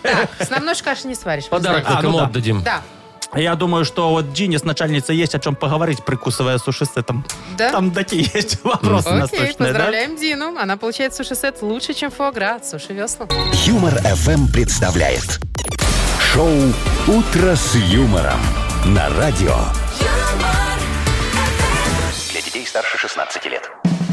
Так, с мной каши не сваришь.
Подарок
вы знаете.
А, ну
кому
да.
отдадим.
Да.
Я думаю, что вот Джинни с начальницей есть о чем поговорить, прикусывая суши сетом.
Да?
Там такие [laughs] есть вопросы
Окей,
насущные, да?
поздравляем Дину. Она получает суши-сет лучше, чем фуагра от суши-весла.
Юмор FM представляет шоу Утро с юмором на радио.
Для детей старше 16 лет.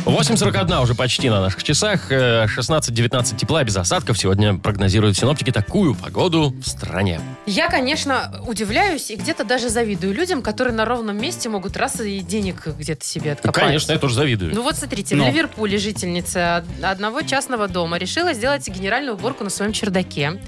8.41 уже почти на наших часах. Э, 16-19 тепла без осадков. Сегодня прогнозируют синоптики такую погоду в стране.
Я, конечно, удивляюсь и где-то даже завидую людям, которые на ровном месте могут раз и денег где-то себе
Ну,
откопать.
конечно, я тоже завидую.
Ну вот смотрите,
Ну.
в Ливерпуле жительница од- одного частного дома решила сделать генеральную уборку на своем чердаке.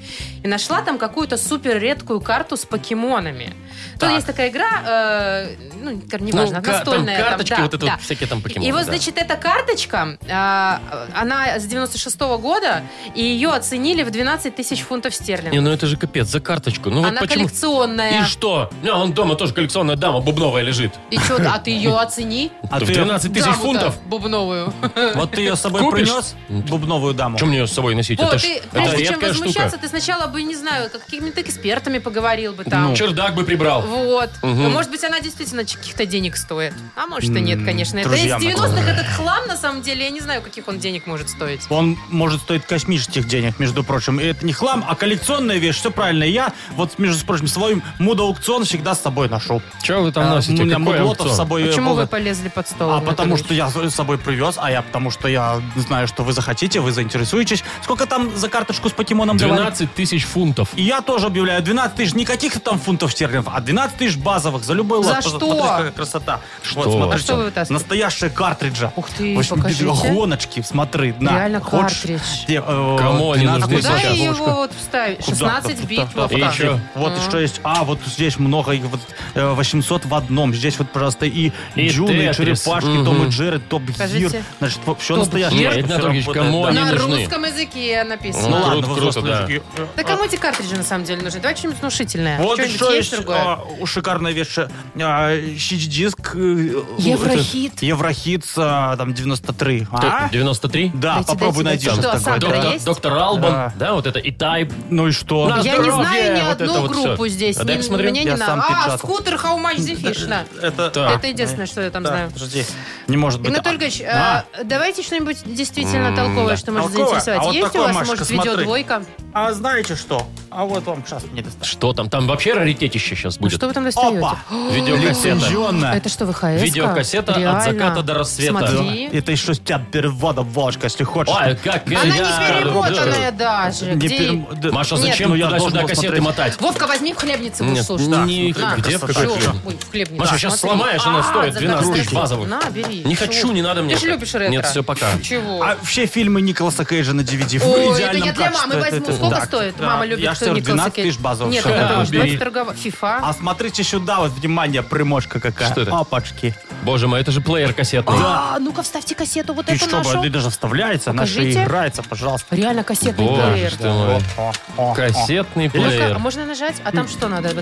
И нашла там какую-то супер редкую карту с покемонами. Тут
Так.
есть такая игра, э, ну, кор-
Ну,
неважно,
ка- там
настольная. там,
карточки,
да,
вот это
да.
вот всякие там покемоны.
И вот,
да.
значит, эта карточка, э, она с 96 года, и ее оценили в 12 тысяч фунтов
Не,
стерлингов.
ну это же капец, за карточку. Ну вот
она
почему...
коллекционная.
И что? Не, он дома тоже коллекционная дама бубновая лежит.
И чё, а
[laughs]
ты ее оцени?
А
Тут
ты-
12 тысяч
Даму-то
фунтов.
Бубновую.
Вот ты ее с собой
Купишь?
принес, бубновую даму?
Чем мне ее с собой носить?
Вот,
это ж-
ты,
это
прежде чем
редкая
возмущаться,
штука.
ты сначала бы, не знаю, как- какими-то экспертами поговорил бы там.
Ну.
Чердак бы прибрал.
Вот.
Мгм.
Ну, может быть, она действительно ч- каких-то денег стоит. А может и нет, конечно. Это из
друзья мои.
90-х этот хлам, на самом деле, я не знаю, каких он денег может стоить.
Он может стоить космических денег, между прочим. И это не хлам, а коллекционная вещь. Все правильно. Я вот, между прочим, свой мудоаукцион всегда с собой ношу.
Чего вы там
А,
носите?
У меня
Какой
мудлотов с
аукцион?
собой... э,
Почему
было.
вы полезли под стол?
А
Анатолий
потому
Ильич?
что я с собой привез, а я потому что я знаю, что вы захотите, вы заинтересуетесь. Сколько там за карточку с покемоном давали?
12 тысяч фунтов.
И я тоже объявляю 12 тысяч, не каких-то там фунтов стерлингов, а 12 тысяч базовых за любой
За
лот.
что?
Посмотрите, какая красота. Что? Вот, смотрите,
А что вы вытаскиваете?
Настоящие картриджи.
Ух ты,
Очень
покажите.
Гоночки, смотри. На.
Реально
Хочешь?
картридж. А
Где, э,
Кому они
12
нужны
тысяч?
Куда
сейчас,
его
Вовушка.
вот вставить?
Куда?
16
Да,
бит.
да,
вот
да,
так.
да. Вот еще есть. А, вот здесь много. их, Вот, э, 800 в одном. Здесь вот, пожалуйста, и,
И
Джуны, и
Тетрис.
Черепашки,
Мгм.
Том и Джерри, Топ Гир.
Скажите.
Значит, все
Топ
настоящее.
Гир?
всё
Игнат Ольгович,
работает,
кому
да.
они
На
нужны.
русском языке
Ну,
Ну
написано.
круто,
ладно,
круто,
взрослые
да.
мужики. Э,
Да кому эти картриджи на самом деле нужны? Давай что-нибудь внушительное.
Вот
Что-нибудь
еще есть
другое?
а, у- шикарная вещь. а, Сидидиск. э,
Еврохит.
этот, Еврохит, а, там, 93. А?
93?
Да,
Дайте,
попробуй найти
дайте, дайте.
что-то
Что,
такое.
Сандра
да.
Доктор,
есть?
доктор Албан, да.
Да.
вот это и тайп.
Ну и что?
На
Я
здоровье,
не знаю ни
вот это
одну
вот всё.
группу здесь.
А дай
Ни-
посмотрю.
Мне не
Я
надо.
сам
А,
печатал.
скутер How much the fish, на.
Это...
Так.
Это единственное, что я там
Да,
знаю.
Подожди. Не может быть.
Игнат
А,
Ольгович, э,
а,
давайте что-нибудь действительно толковое, что может
Толковое?
заинтересовать.
А вот
Есть у
такое,
вас,
Машечка,
может,
смотри.
видеодвойка? Ну,
А знаете что? А вот вам сейчас не достанет.
Что там? Там вообще раритетище сейчас
Ну,
будет.
что вы там достаете? А
Опа!
Видеокассета.
Лицензионная.
Это что, ВХС?
Видеокассета от заката до рассвета.
Смотри.
Это еще с тебя перевода, Волочка, если хочешь.
Ой, как
Она
я-
не перемотанная даже.
Не
Где-
перем- да.
Маша,
Нет.
зачем
Ну, я
туда-сюда
должен
кассеты
посмотреть.
мотать?
Вовка, возьми в хлебнице, будешь
Нет,
слушать.
не-
На.
где, в какой
Чё?
хлеб?
Ой, в хлебнице.
Маша, сейчас
смотри.
сломаешь, она
А,
стоит
за
12 тысяч
картошку.
базовых.
На, бери.
Не
Чё?
хочу, не надо мне
Ты же
это.
любишь ретро.
Нет, всё, пока.
Чего?
А все фильмы Николаса Кейджа на DVD в
Ой, это
идеальном
я для
качестве.
мамы
Это-
возьму.
это-
Сколько
так,
стоит?
да.
Мама любит,
Я же
что
тебе
Николас
12 тысяч базовых.
Нет,
всё.
это
Да,
уж давайте
бери.
торговать.
А
Фифа.
смотрите сюда, вот, внимание, примочка какая.
Что это?
Папочки.
Боже мой, это же плеер кассетный.
А, ну-ка, вставьте кассету, вот
Ты
эту
что,
нашу.
ты даже вставляется, она же
Покажите.
играется, пожалуйста.
Реально кассетный
Боже
плеер.
ж ты мой.
О, о, о.
Кассетный
Ну-ка,
плеер.
а можно нажать? А там что надо?
Э,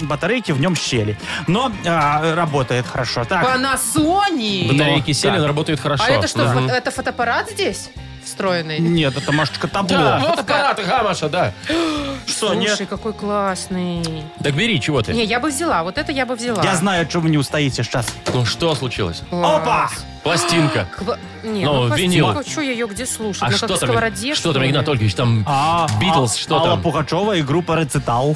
Батарейки?
Батарейки в нем щели. Но а, работает хорошо. Так,
Panasonic!
Батарейки
Ну,
сели,
да.
но работает хорошо.
А это что,
Мгм.
фо- это фотоаппарат здесь встроенный?
нет, это Машечка табло.
Да, Ну, вот аппарат, ага, Маша, да.
Что, нет?
Слушай, какой классный.
Так бери, чего ты?
Не, я бы взяла, вот это я бы взяла.
Я знаю, о чем вы не устоите сейчас.
Ну что случилось?
Класс.
Опа!
Пластинка.
Ква- Не,
Ну,
ну,
винил.
пластинка, что я ее где слушать?
А
На
что
как
там?
сковороде,
Что
что
там,
ли?
Игнат Ольгович? Там
А,
Битлз,
а,
что
Алла
там?
Пугачева и группа Рецитал.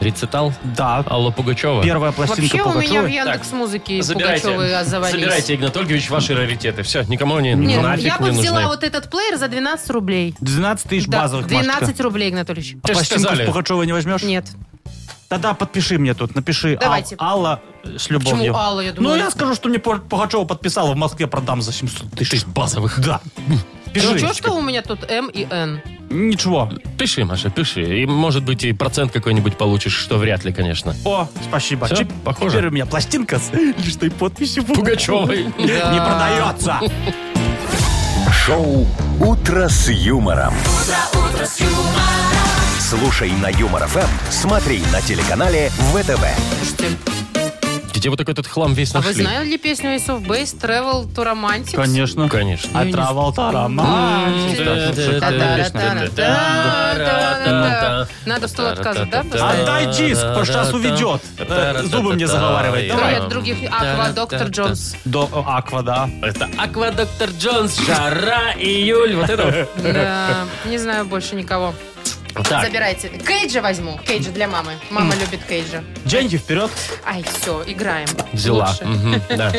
рецитал
Да.
Алла Пугачева.
Первая пластинка
Вообще у меня в
Пугачевой.
Яндекс Музыке Пугачевы
Забирайте,
завались.
забирайте, Игнат Ольгович, ваши раритеты. Все, никому они
Не, ну,
нафиг
я бы
не
взяла
нужны.
вот этот плеер за 12 рублей.
12 тысяч
Да,
базовых,
12
Машечка.
рублей, Игнатольевич.
Ты же
А Пластинку
сказали.
с Пугачева не возьмешь?
Нет.
Тогда подпиши мне тут, напиши.
Давайте.
Ал- Алла э, с любовью.
Почему Алла, я думаю?
Ну, я скажу, что мне Пу- Пугачева подписала, в Москве продам за 700 тысяч.
Тысяч базовых.
[laughs] Да. Пиши.
Ничего, Ну, что у меня тут М и Н.
Ничего.
Пиши, Маша, пиши. И, может быть, и процент какой-нибудь получишь, что вряд ли, конечно.
О, спасибо.
Всё,
Чип-
похоже.
Теперь у меня пластинка с [laughs] личной подписью
Пугачевой.
[laughs] Не продается.
Шоу «Утро с юмором». Слушай на Юмор ФМ, смотри на телеканале ВТВ.
Слушайте,
Где вы такой этот хлам весь
а вы
нашли?
знали ли песню Ace of Base Travel to Romantics?
Конечно.
Конечно.
А
Отравал
М, Та-та-та-та-та-та-та-та. Надо стол отказа, да, поставить?
Отдай диск, потому что сейчас уведет. Э, Зубы мне заговаривает. Давай.
Привет, других. Аква, доктор Джонс.
До э, Аква, да.
Это Аква Доктор Джонс, жара, июль, вот это.
Да, не знаю больше никого.
вот. Так,
Забирайте. Кейджа возьму. Кейджа для мамы. Мама любит Кейджа.
Деньги вперед.
Ай, все, играем.
взяла.
Лучше.
Мгм, да.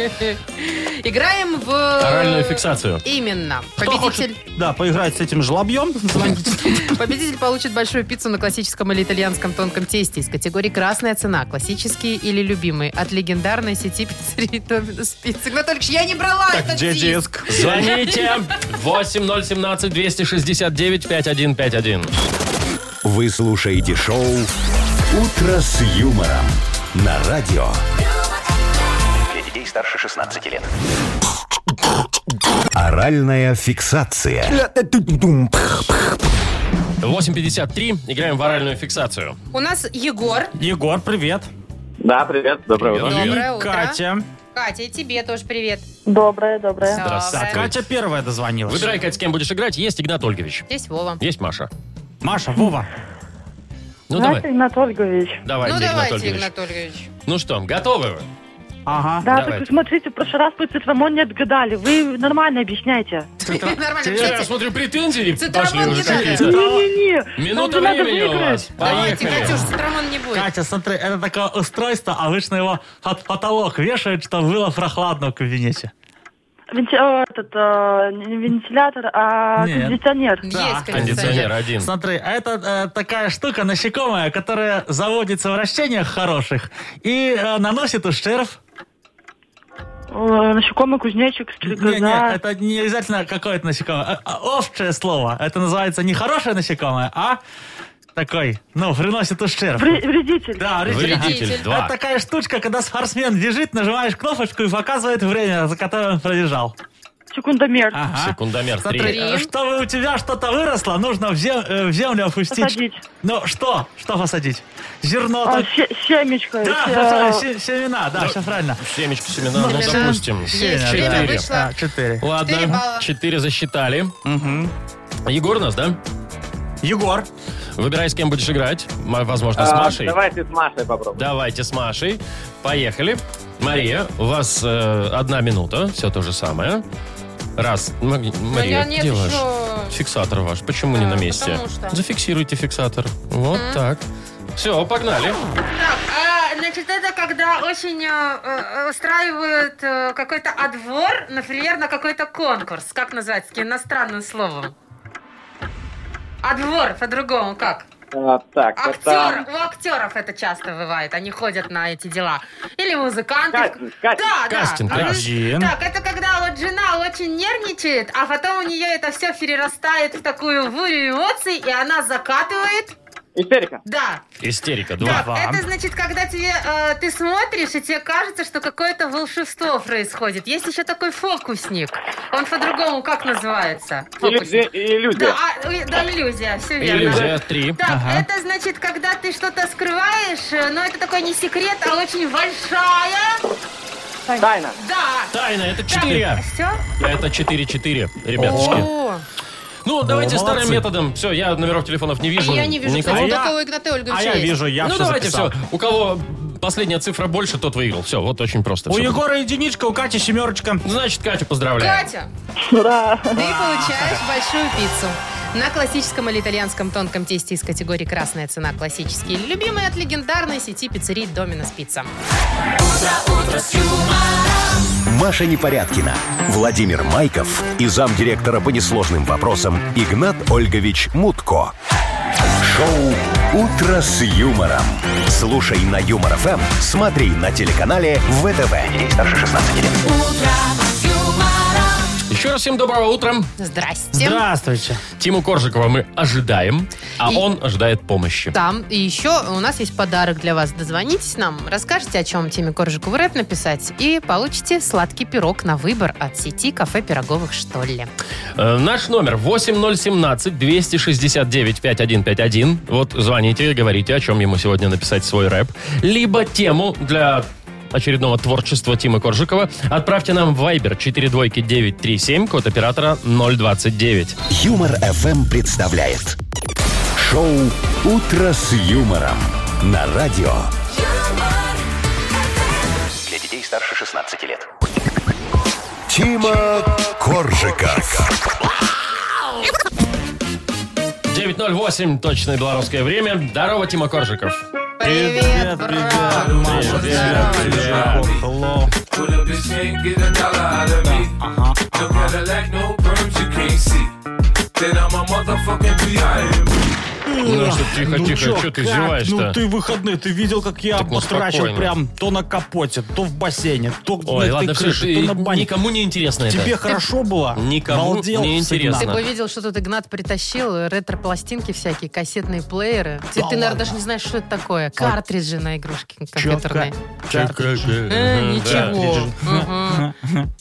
Играем в... э,
Оральную фиксацию.
Именно.
Кто хочет,
Победитель,
да, поиграть с этим жлобьем, звоните.
победитель получит большую пиццу на классическом или итальянском тонком тесте из категории «Красная цена», «Классические» или «Любимые» от легендарной сети пиццерий «Доминус Пиццы». Но только ж я не брала этот
Где
диск.
диск?
Звоните 8017-269-5151.
Вы слушаете шоу «Утро с юмором» на радио.
Для детей старше 16 лет.
Оральная фиксация.
8.53, играем в оральную фиксацию.
У нас Егор.
Егор, привет.
Да, привет, доброе
Привет.
утро.
Доброе
И
утро.
Катя.
Катя, и тебе тоже привет.
Доброе, доброе.
Здравствуй.
Доброе.
Катя первая дозвонилась.
Выбирай, Кать, с кем будешь играть. Есть Игнат Ольгович.
Здесь Вова.
Есть Маша.
Маша, Вова.
Ну, давай.
Игнат Ольгович.
Давайте,
ну,
Игнат
давайте,
Ольгович.
Игнат Ольгович.
Ну что, готовы вы?
Ага.
Да,
Давайте.
так смотрите, в прошлый раз по цитрамон не отгадали. Вы нормально объясняйте.
[laughs] Нормально,
Я
кстати,
смотрю, претензии
Цитрамон
пошли уже
не надо.
какие-то.
Не-не-не. Нам
Минута
же надо
времени у вас.
выиграть.
Давайте,
Поехали.
Катюш, Цитрамон не будет.
Катя, смотри, это такое устройство, а обычно его от потолок вешают, чтобы было прохладно в кабинете.
Венти- э, Этот, э, не вентилятор, а
Нет.
кондиционер.
Да,
Есть
Кондиционер
кондиционер.
один.
Смотри, а это э, такая штука насекомая, которая заводится в растениях хороших и э, наносит ущерб.
Э, Насекомый кузнечик,
Не,
стрекоза.
не, это не обязательно какое-то насекомое. а- а Общее слово. Это называется не хорошее насекомое, а такой, ну, приносит ущерб.
Вре- Вредитель.
Да, вредитель.
Вредитель,
Вредитель.
два.
Это такая штучка, когда спортсмен бежит, нажимаешь кнопочку и показывает время, за которое он пробежал.
Секундомер.
А?
Ага.
Секундомер,
Смотри, э,
три.
Три.
чтобы у тебя что-то выросло, нужно в, зем- э, в землю опустить.
Посадить.
Ну, что? Что посадить? Зерно.
А,
там-
се- Семечко.
Да,
э,
хорошо, се- семена, да, все правильно.
Семечки, семена, ну,
Семена.
допустим.
Есть,
Четыре.
время вышло.
А, четыре.
Четыре
Ладно,
балла.
четыре засчитали. Егор у нас, да?
Егор.
Выбирай, с кем будешь играть. М- Возможно, А с
А,
Машей.
Давайте с Машей попробуем.
Давайте с Машей. Поехали. Мария, у вас э, одна минута. Все то же самое. Раз. М- Мария,
нет
где ваш?
еще.
Фиксатор ваш. Почему не
А,
на месте?
потому что.
Зафиксируйте фиксатор. Вот так. Все, погнали.
Так, а, значит, это когда очень э, э, устраивают э, какой-то отвор, например, на какой-то конкурс. Как назвать таким иностранным словом? Отвор, по-другому как?
А, так,
Актер, у актеров это часто бывает, они ходят на эти дела. Или музыканты.
Кастинг, кастинг.
Да,
Кастинг,
да. Мгм.
Один.
Так, это когда вот жена очень нервничает, а потом у нее это все перерастает в такую бурю эмоций, и она закатывает.
Истерика.
Да,
Истерика,
так,
два.
это значит, когда тебе э, ты смотришь, и тебе кажется, что какое-то волшебство происходит. Есть еще такой фокусник. Он по-другому как называется? Фокусник.
Иллюзия.
Да, а, и- да, иллюзия, все верно.
Иллюзия, три.
Так,
Ага.
это значит, когда ты что-то скрываешь, э, но это такой не секрет, а очень большая.
Тайна.
Да.
Тайна, это четыре.
Все?
Это 4-4, ребятушки. Ну, давайте
молодцы.
старым методом. Все, я номеров телефонов не вижу.
Я не вижу,
Никого.
кстати,
А я-
только у Игната
А
Ольговича
я
есть.
вижу, я
ну,
все
давайте
записал.
все. У кого последняя цифра больше, тот выиграл. Все, вот очень просто.
У
Всё.
Егора единичка, у Кати семерочка.
Значит, Катю поздравляю.
Катя, ты получаешь большую пиццу. На классическом или итальянском тонком тесте из категории «Красная цена. Классические» любимые от легендарной сети пиццерий «Доминос Пицца».
Маша Непорядкина, Владимир Майков и замдиректора по несложным вопросам Игнат Ольгович Мутко. Шоу «Утро с юмором». Слушай на Юмор ФМ, смотри на телеканале ВТВ. Здесь старше 16 лет.
Еще раз всем доброго утра.
Здрасте.
Здравствуйте.
Тиму Коржикова мы ожидаем, а
И-
он ожидает помощи.
Там. И еще у нас есть подарок для вас. Дозвонитесь нам, расскажите, о чем Тиме Коржикову рэп написать, и получите сладкий пирог на выбор от сети кафе пироговых «Что ли?».
Э, Наш номер 8017-269-5151. Вот звоните, говорите, о чем ему сегодня написать свой рэп. Либо тему для очередного творчества Тима Коржикова отправьте нам в Viber 42937, код оператора 029.
Юмор FM представляет шоу Утро с юмором на радио.
Для детей старше 16 лет.
Тима Коржика.
9.08, точное белорусское время. Здорово, Тима Коржиков.
Привет, брат.
Маша, привет, привет. Hello.
Ну, что, тихо,
Ну
тихо,
чё,
что ты
как?
зеваешь-то?
Ну ты выходные, ты видел, как я
Так, ну,
потрачу
спокойно.
прям то на капоте, то в бассейне, то
Ой,
на
ладно,
этой
все,
крыше, то на бане.
никому не интересно это.
Тебе хорошо было?
Никому
Балдел
не
всегда.
интересно.
Ты бы видел, что тут Игнат притащил, ретро-пластинки всякие, кассетные плееры. Ты,
Да
ты, наверное,
ладно.
даже не знаешь, что это такое. Картриджи на игрушки компьютерные.
Чё, как?
Э,
Э,
ничего. Мгм.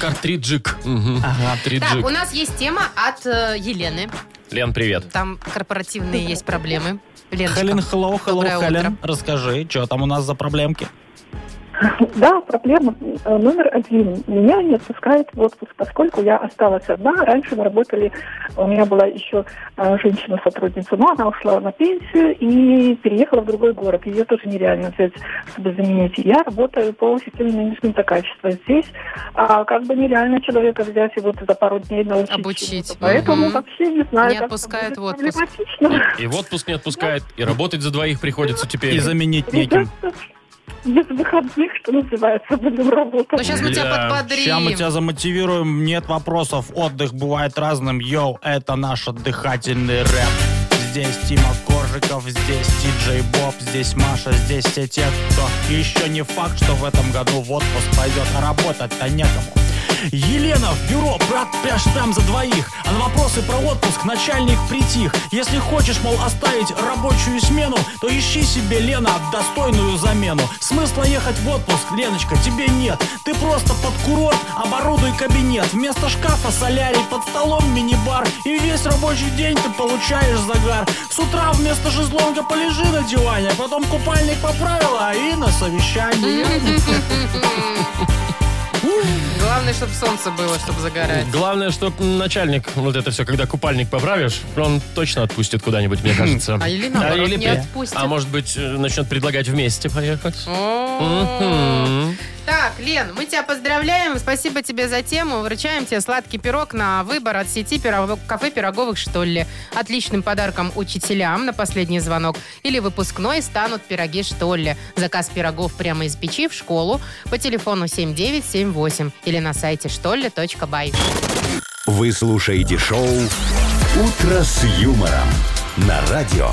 Картриджик. Мгм.
Так,
Картриджик.
у нас есть тема от э, Елены.
Лен, привет.
Там корпоративные есть проблемы. Леночка.
Халин, hello,
Доброе
hello, Халин. Расскажи, что там у нас за проблемки?
Да, проблема э, номер один. Меня не отпускают в отпуск, поскольку я осталась одна. Раньше мы работали, у меня была еще э, женщина-сотрудница, но она ушла на пенсию и переехала в другой город. Ее тоже нереально взять, чтобы заменить. Я работаю по системе менеджмента качества. Здесь а, как бы нереально человека взять и вот за пару дней научить.
Обучить.
чему-то. Поэтому
Мгм.
вообще не знаю.
Не
как
отпускают
это
в
будет
отпуск.
проблематично. [laughs]
И в отпуск не отпускает, и работать за двоих приходится теперь.
И заменить неким.
Ребята, Без выходных, что называется, будем работать.
Ну, сейчас мы тебя
Бля,
Сейчас мы
подбодрим.
тебя замотивируем, нет вопросов. Отдых бывает разным. Йоу, это наш отдыхательный рэп. Здесь Тима Коржиков, здесь Диджей Боб, здесь Маша, здесь все те, кто еще не факт, что в этом году в отпуск пойдет, а работать-то некому. Елена в бюро, брат, пряж там за двоих. А на вопросы про отпуск начальник притих. Если хочешь, мол, оставить рабочую смену, то ищи себе, Лена, достойную замену. Смысла ехать в отпуск, Леночка, тебе нет. Ты просто под курорт оборудуй кабинет. Вместо шкафа солярий, под столом мини-бар. И весь рабочий день ты получаешь загар. С утра вместо шезлонга полежи на диване, потом купальник поправила и на совещание.
Главное, чтобы солнце было, чтобы загорать.
Главное, что начальник, вот это все, когда купальник поправишь, он точно отпустит куда-нибудь,
[laughs]
мне кажется.
А или
Да,
наоборот,
или
не
при-
отпустит.
А может быть, э, начнет предлагать вместе поехать.
О.
Мгм.
Так, Лен, мы тебя поздравляем. Спасибо тебе за тему. Вручаем тебе сладкий пирог на выбор от сети пирог- кафе пироговых, что ли. Отличным подарком учителям на последний звонок или выпускной станут пироги, что ли. Заказ пирогов прямо из печи в школу по телефону 7978 или на сайте что ли точка бай.
Вы слушаете шоу Утро с юмором на радио.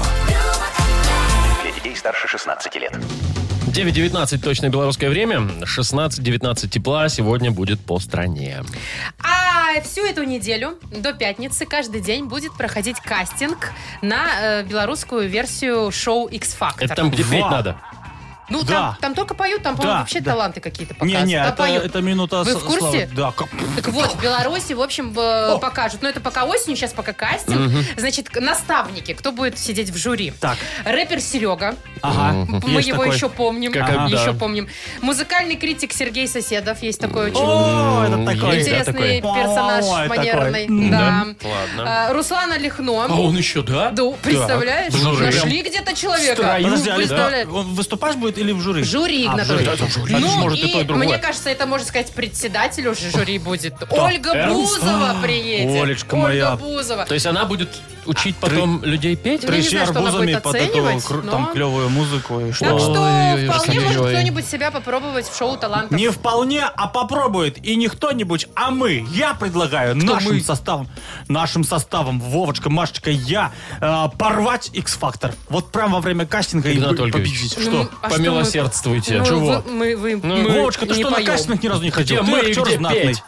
Для детей старше 16 лет.
9.19 точно белорусское время, 16-19 тепла сегодня будет по стране.
А всю эту неделю до пятницы каждый день будет проходить кастинг на э, белорусскую версию шоу X-Factor.
Это там, где
Во.
петь надо.
Ну,
Да.
там, там только поют, там, по-моему,
Да,
вообще
да.
таланты какие-то показывают.
Не-не,
Да,
это,
поют.
это минута
Вы
с-
в курсе?
славы. Да, как-
Так вот, в Беларуси, в общем, э, покажут. Но это пока осенью, сейчас пока кастинг. Значит, к- наставники, кто будет сидеть в жюри.
Так.
Рэпер Серега,
Ага.
мы
есть
его
такой.
еще помним,
Как-
Ага.
да.
еще помним. Музыкальный критик Сергей Соседов, есть такой очень
О, это такой.
Есть, да,
такой.
интересный персонаж
Ой, такой.
манерный.
М,
Да.
Ладно.
А, Руслана Лихно.
А он еще, да?
Да, представляешь?
В жюри.
Нашли где-то человека.
строю.
Подожди,
Ну,
Алис,
представляешь?
он выступаешь будет или в жюри?
Жюри,
А, в
Игнатович.
А, жюри.
жюри.
Ну,
Может, и
и,
то, и другое.
мне кажется, это, можно сказать, председатель уже жюри будет. Ольга
Эрнст?
Бузова приедет.
Олечка
Ольга
моя.
Бузова.
То есть она будет учить потом людей петь?
Ну, А, я не знаю, что она
арбузами
будет
под эту
оценивать,
кру-
но-
там клевую музыку и
Так
что.
что
Ой-ой-ой,
вполне
ой-ой-ой.
может кто-нибудь себя попробовать в шоу талантов.
Не вполне, а попробует и не кто-нибудь, а мы. Я предлагаю нашим составом, нашим составом, Вовочка, Машечка, я э, порвать X-Factor. Вот прям во время кастинга
Игнат
и
Ольгович.
победить.
Ну,
Что?
а что мы-
Помилосердствуйте.
Ну,
Чего?
вы- мы- вы-
Ну,
мы
Вовочка, ты
не
что на
поем.
кастинг ни разу не ходил?
Где
ты
мы и
актер
где
знатный.
петь?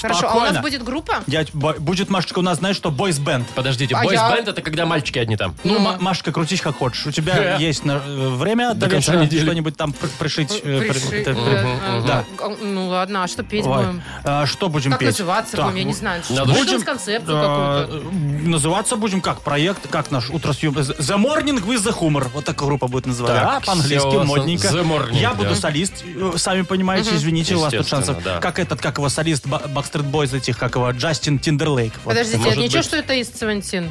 Хорошо, а у нас
Спокойно.
будет группа?
Я, бо- будет, Машечка, у нас, знаешь, что бойс-бенд.
Подождите,
А
бойс
я-
бенд это когда мальчики одни там.
Ну, Ма- Машка, крутись как хочешь. У тебя
Да.
есть на- э, время
До
до,
конца
вечера
недели.
что-нибудь там пр- пришить. э, при-
Приши-
это-
э,
Да.
э, Ну ладно, а что петь
Ой.
будем?
А, Что будем
Как
петь?
называться
Так,
будем, я не знаю. Что-
Надо-
Что у
Будем,
нас концепцию
э,
какую-то?
э, Называться будем как? Проект, как наш утросъем? The Morning with the Humor. Вот так группа будет называться.
Так,
А, по-английски,
всё,
модненько.
The Morning,
Я
да.
буду солист, э, сами понимаете, извините, у вас тут
Естественно,
шансов.
да.
Как этот, как его солист Ба- Backstreet Boys этих, как его, Джастин Тиндерлейк. Вот.
Подождите,
может
ничего,
быть.
что это из Севентин?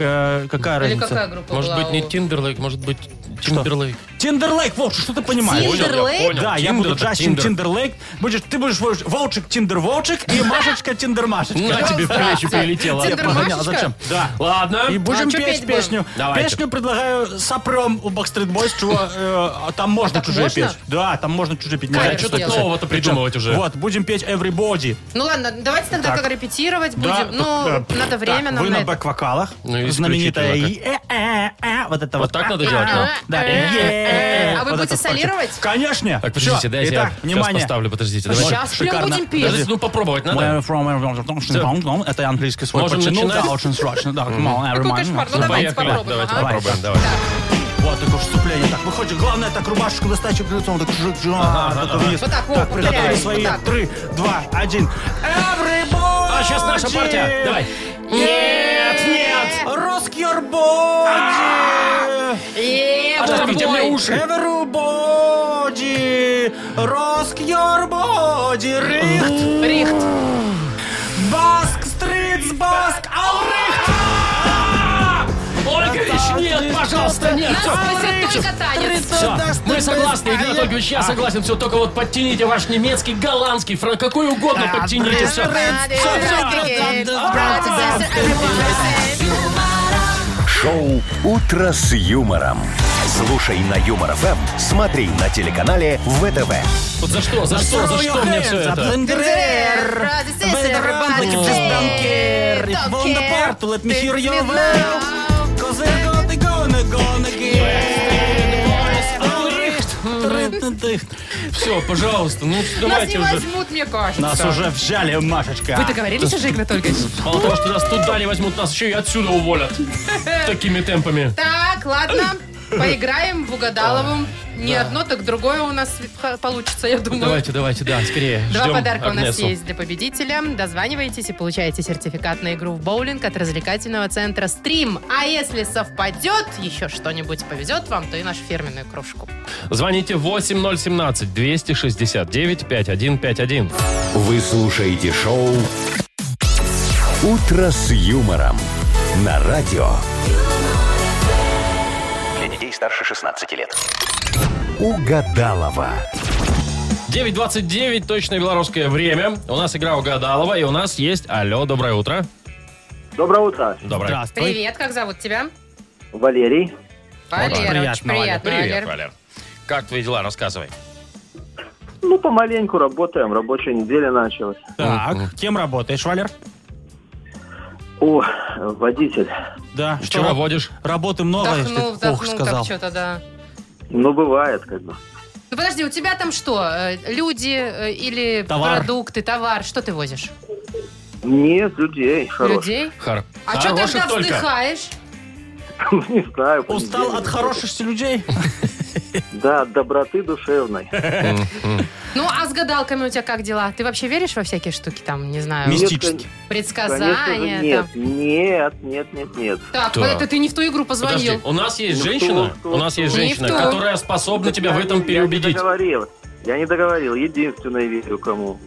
Э, какая
Или
разница?
какая группа
Может
была
быть, не
у-
Тиндерлейк, может быть, Тимберлейк.
Тиндерлейк, Вовчик, что ты понимаешь?
Понял, Тиндерлейк?
понял.
Да, я
Тиндер
буду
это
Джастин
Тиндер.
Тиндерлейк. Будешь, ты будешь Вовч- Волчик Тиндер Волчик и Машечка Тиндер Машечка.
На тебе в плечи прилетело.
Тиндер
Я понял, А
Машечка?
зачем? Да.
Ладно.
И будем
А чё петь
петь
будем?
песню.
Давайте.
Песню предлагаю сопром у Backstreet Boys, чего э, а там можно
так
чужие
можно?
петь. Да, там можно чужие петь.
Кайф
Нельзя
сделать.
петь.
Что-то нового-то придумывать уже.
Вот, будем петь Everybody.
Ну ладно, давайте тогда
Так.
как репетировать
Да,
будем. Ну,
э,
надо время
так,
нам
Вы
на
на
это.
бэк-вокалах.
Ну и
Знаменитая.
исключительно
и- э, э, э, Вот это
Вот
вот.
так надо
А,
делать, ну. да?
Да.
Э, а вы
Вот
будете
это вот пальчик.
солировать?
Конечно.
Так, подождите,
Всё.
дайте я
Итак,
сейчас
внимание.
поставлю, подождите.
Давай.
Сейчас прям
Шикарно.
будем
Подождите,
петь.
ну попробовать надо.
Where from, where from, from, Это я английский свой
Можем
подтянул,
начинать?
да, очень срочно. Да, come on,
Какой
everyone.
кошмар. Ну давайте
Поехали.
попробуем.
Давайте
ага.
попробуем, давай.
Вот, такое вступление. Так, выходит, главное, так рубашечку достать, чтобы лицом так жжж, так вниз.
Вот так, вот,
Так, приготовили
повторяем,
свои.
вот так.
Три, два, один. Everybody!
А сейчас наша партия. Давай. А! Нет, нет.
Rock your body!
Э, вот
Оторвите мне
мой.
уши.
Everybody! Rock your body! Рихт!
Рихт.
Баск! Стритс! Баск! Алрихт!
Ольгович, нет, пожалуйста, нет.
Нас спасет только танец.
Все, мы согласны, Игнат Ольгович, я согласен, все, только вот подтяните ваш немецкий, голландский, франк, какой угодно подтяните, все.
Шоу «Утро с юмором». Слушай на Юмор ФМ, смотри на телеканале ВТВ.
Вот за что, за что, за что мне все это? Все, пожалуйста, ну
Нас не
давайте уже.
возьмут, мне кажется.
Нас уже взяли,
Вы
Машечка.
договорились уже, Игнат Ольгович?
Мало того, что нас туда не возьмут, нас еще и отсюда
[laughs]
уволят. Такими темпами.
Так,
[laughs]
ладно. Поиграем в угадаловом. Не одно, так другое у нас получится, я думаю.
Давайте, давайте, да, скорее.
Ну. Два
Ждем
подарка у нас
Агнесу.
есть для победителя. Дозваниваетесь и получаете сертификат на игру в боулинг от развлекательного центра «Стрим». А если совпадет, еще что-нибудь повезет вам, то и нашу фирменную кружку.
Звоните 8017-269-5151.
Вы слушаете шоу «Утро с юмором» на радио
Для детей старше 16 лет.
«Угадалова».
9.29, точное белорусское время. У нас игра угадалова, и у нас есть... Алло, доброе утро.
Доброе утро.
Доброе.
Здравствуй.
Привет, как зовут тебя?
Валерий.
Валера, очень
приятно, Валя.
приятно,
Привет,
Валер.
Валер. Как твои дела? Рассказывай.
Ну, помаленьку работаем. Рабочая неделя началась.
Так, кем работаешь, Валер?
О, водитель.
Да,
Чего водишь?
Работы много, если
Вдохнул,
ты ох,
вдохнул так
сказал.
что-то, да.
Ну, бывает, как бы.
Ну подожди, у тебя там что? э, Люди э, или
Товар.
продукты, товар? Что ты возишь?
Нет, людей [laughs] хороших.
Людей?
Хар...
А что
Хороших
тогда
только.
вздыхаешь?
Не знаю.
Устал
понедельник.
от хорошести людей?
Да, от доброты душевной.
Ну, а с гадалками у тебя как дела? Ты вообще веришь во всякие штуки там, не знаю,
Мисс-
Мистически.
Конечно же,
предсказания?
нет.
там?
Нет, нет, нет, нет.
Так,
Да.
это ты не в ту игру
Подожди,
позвонил.
у нас есть
Ну,
женщина,
кто, кто,
у нас есть
кто?
женщина,
Никто.
которая способна тебя в этом
Я не
переубедить.
договорил. Я не договорил. Единственное верю кому.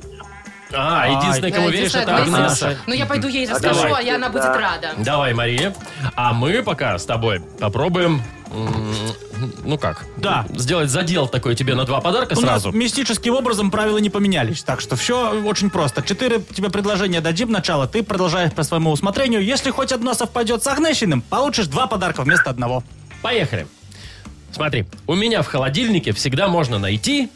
А, единственное, кому
Э,
веришь,
Диса,
это
Диса.
Агнеса.
Ну, я пойду ей
А
расскажу, а
давайте,
я она будет
да.
рада.
Давай, Мария. А мы пока с тобой попробуем, м, ну как,
Да.
сделать задел такой тебе на два подарка
У нас
сразу.
мистическим образом правила не поменялись. Так что все очень просто. Четыре тебе предложения дадим начало. Ты продолжаешь по своему усмотрению. Если хоть одно совпадет с Агнесиным, получишь два подарка вместо одного.
Поехали. Смотри, у меня в холодильнике всегда можно найти...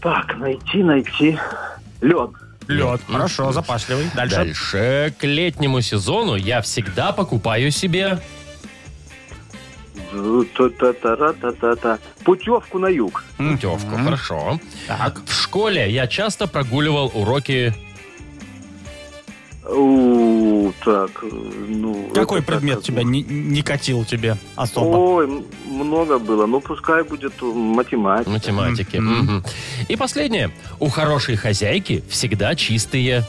Так, найти, найти. Лед.
Лед. Хорошо, запасливый. Дальше.
Дальше к летнему сезону я всегда покупаю себе...
Та-та-та-та-та-та. Путевку на юг.
Путевку, хорошо.
Так.
В школе я часто прогуливал уроки...
У, Так, ну...
Какой
это так,
предмет
как
тебя
бы.
не, не катил тебе особо?
Ой, м- много было. Ну, пускай будет э, математика.
математики.
Мгм.
Мгм. И последнее. У хорошей хозяйки всегда чистые...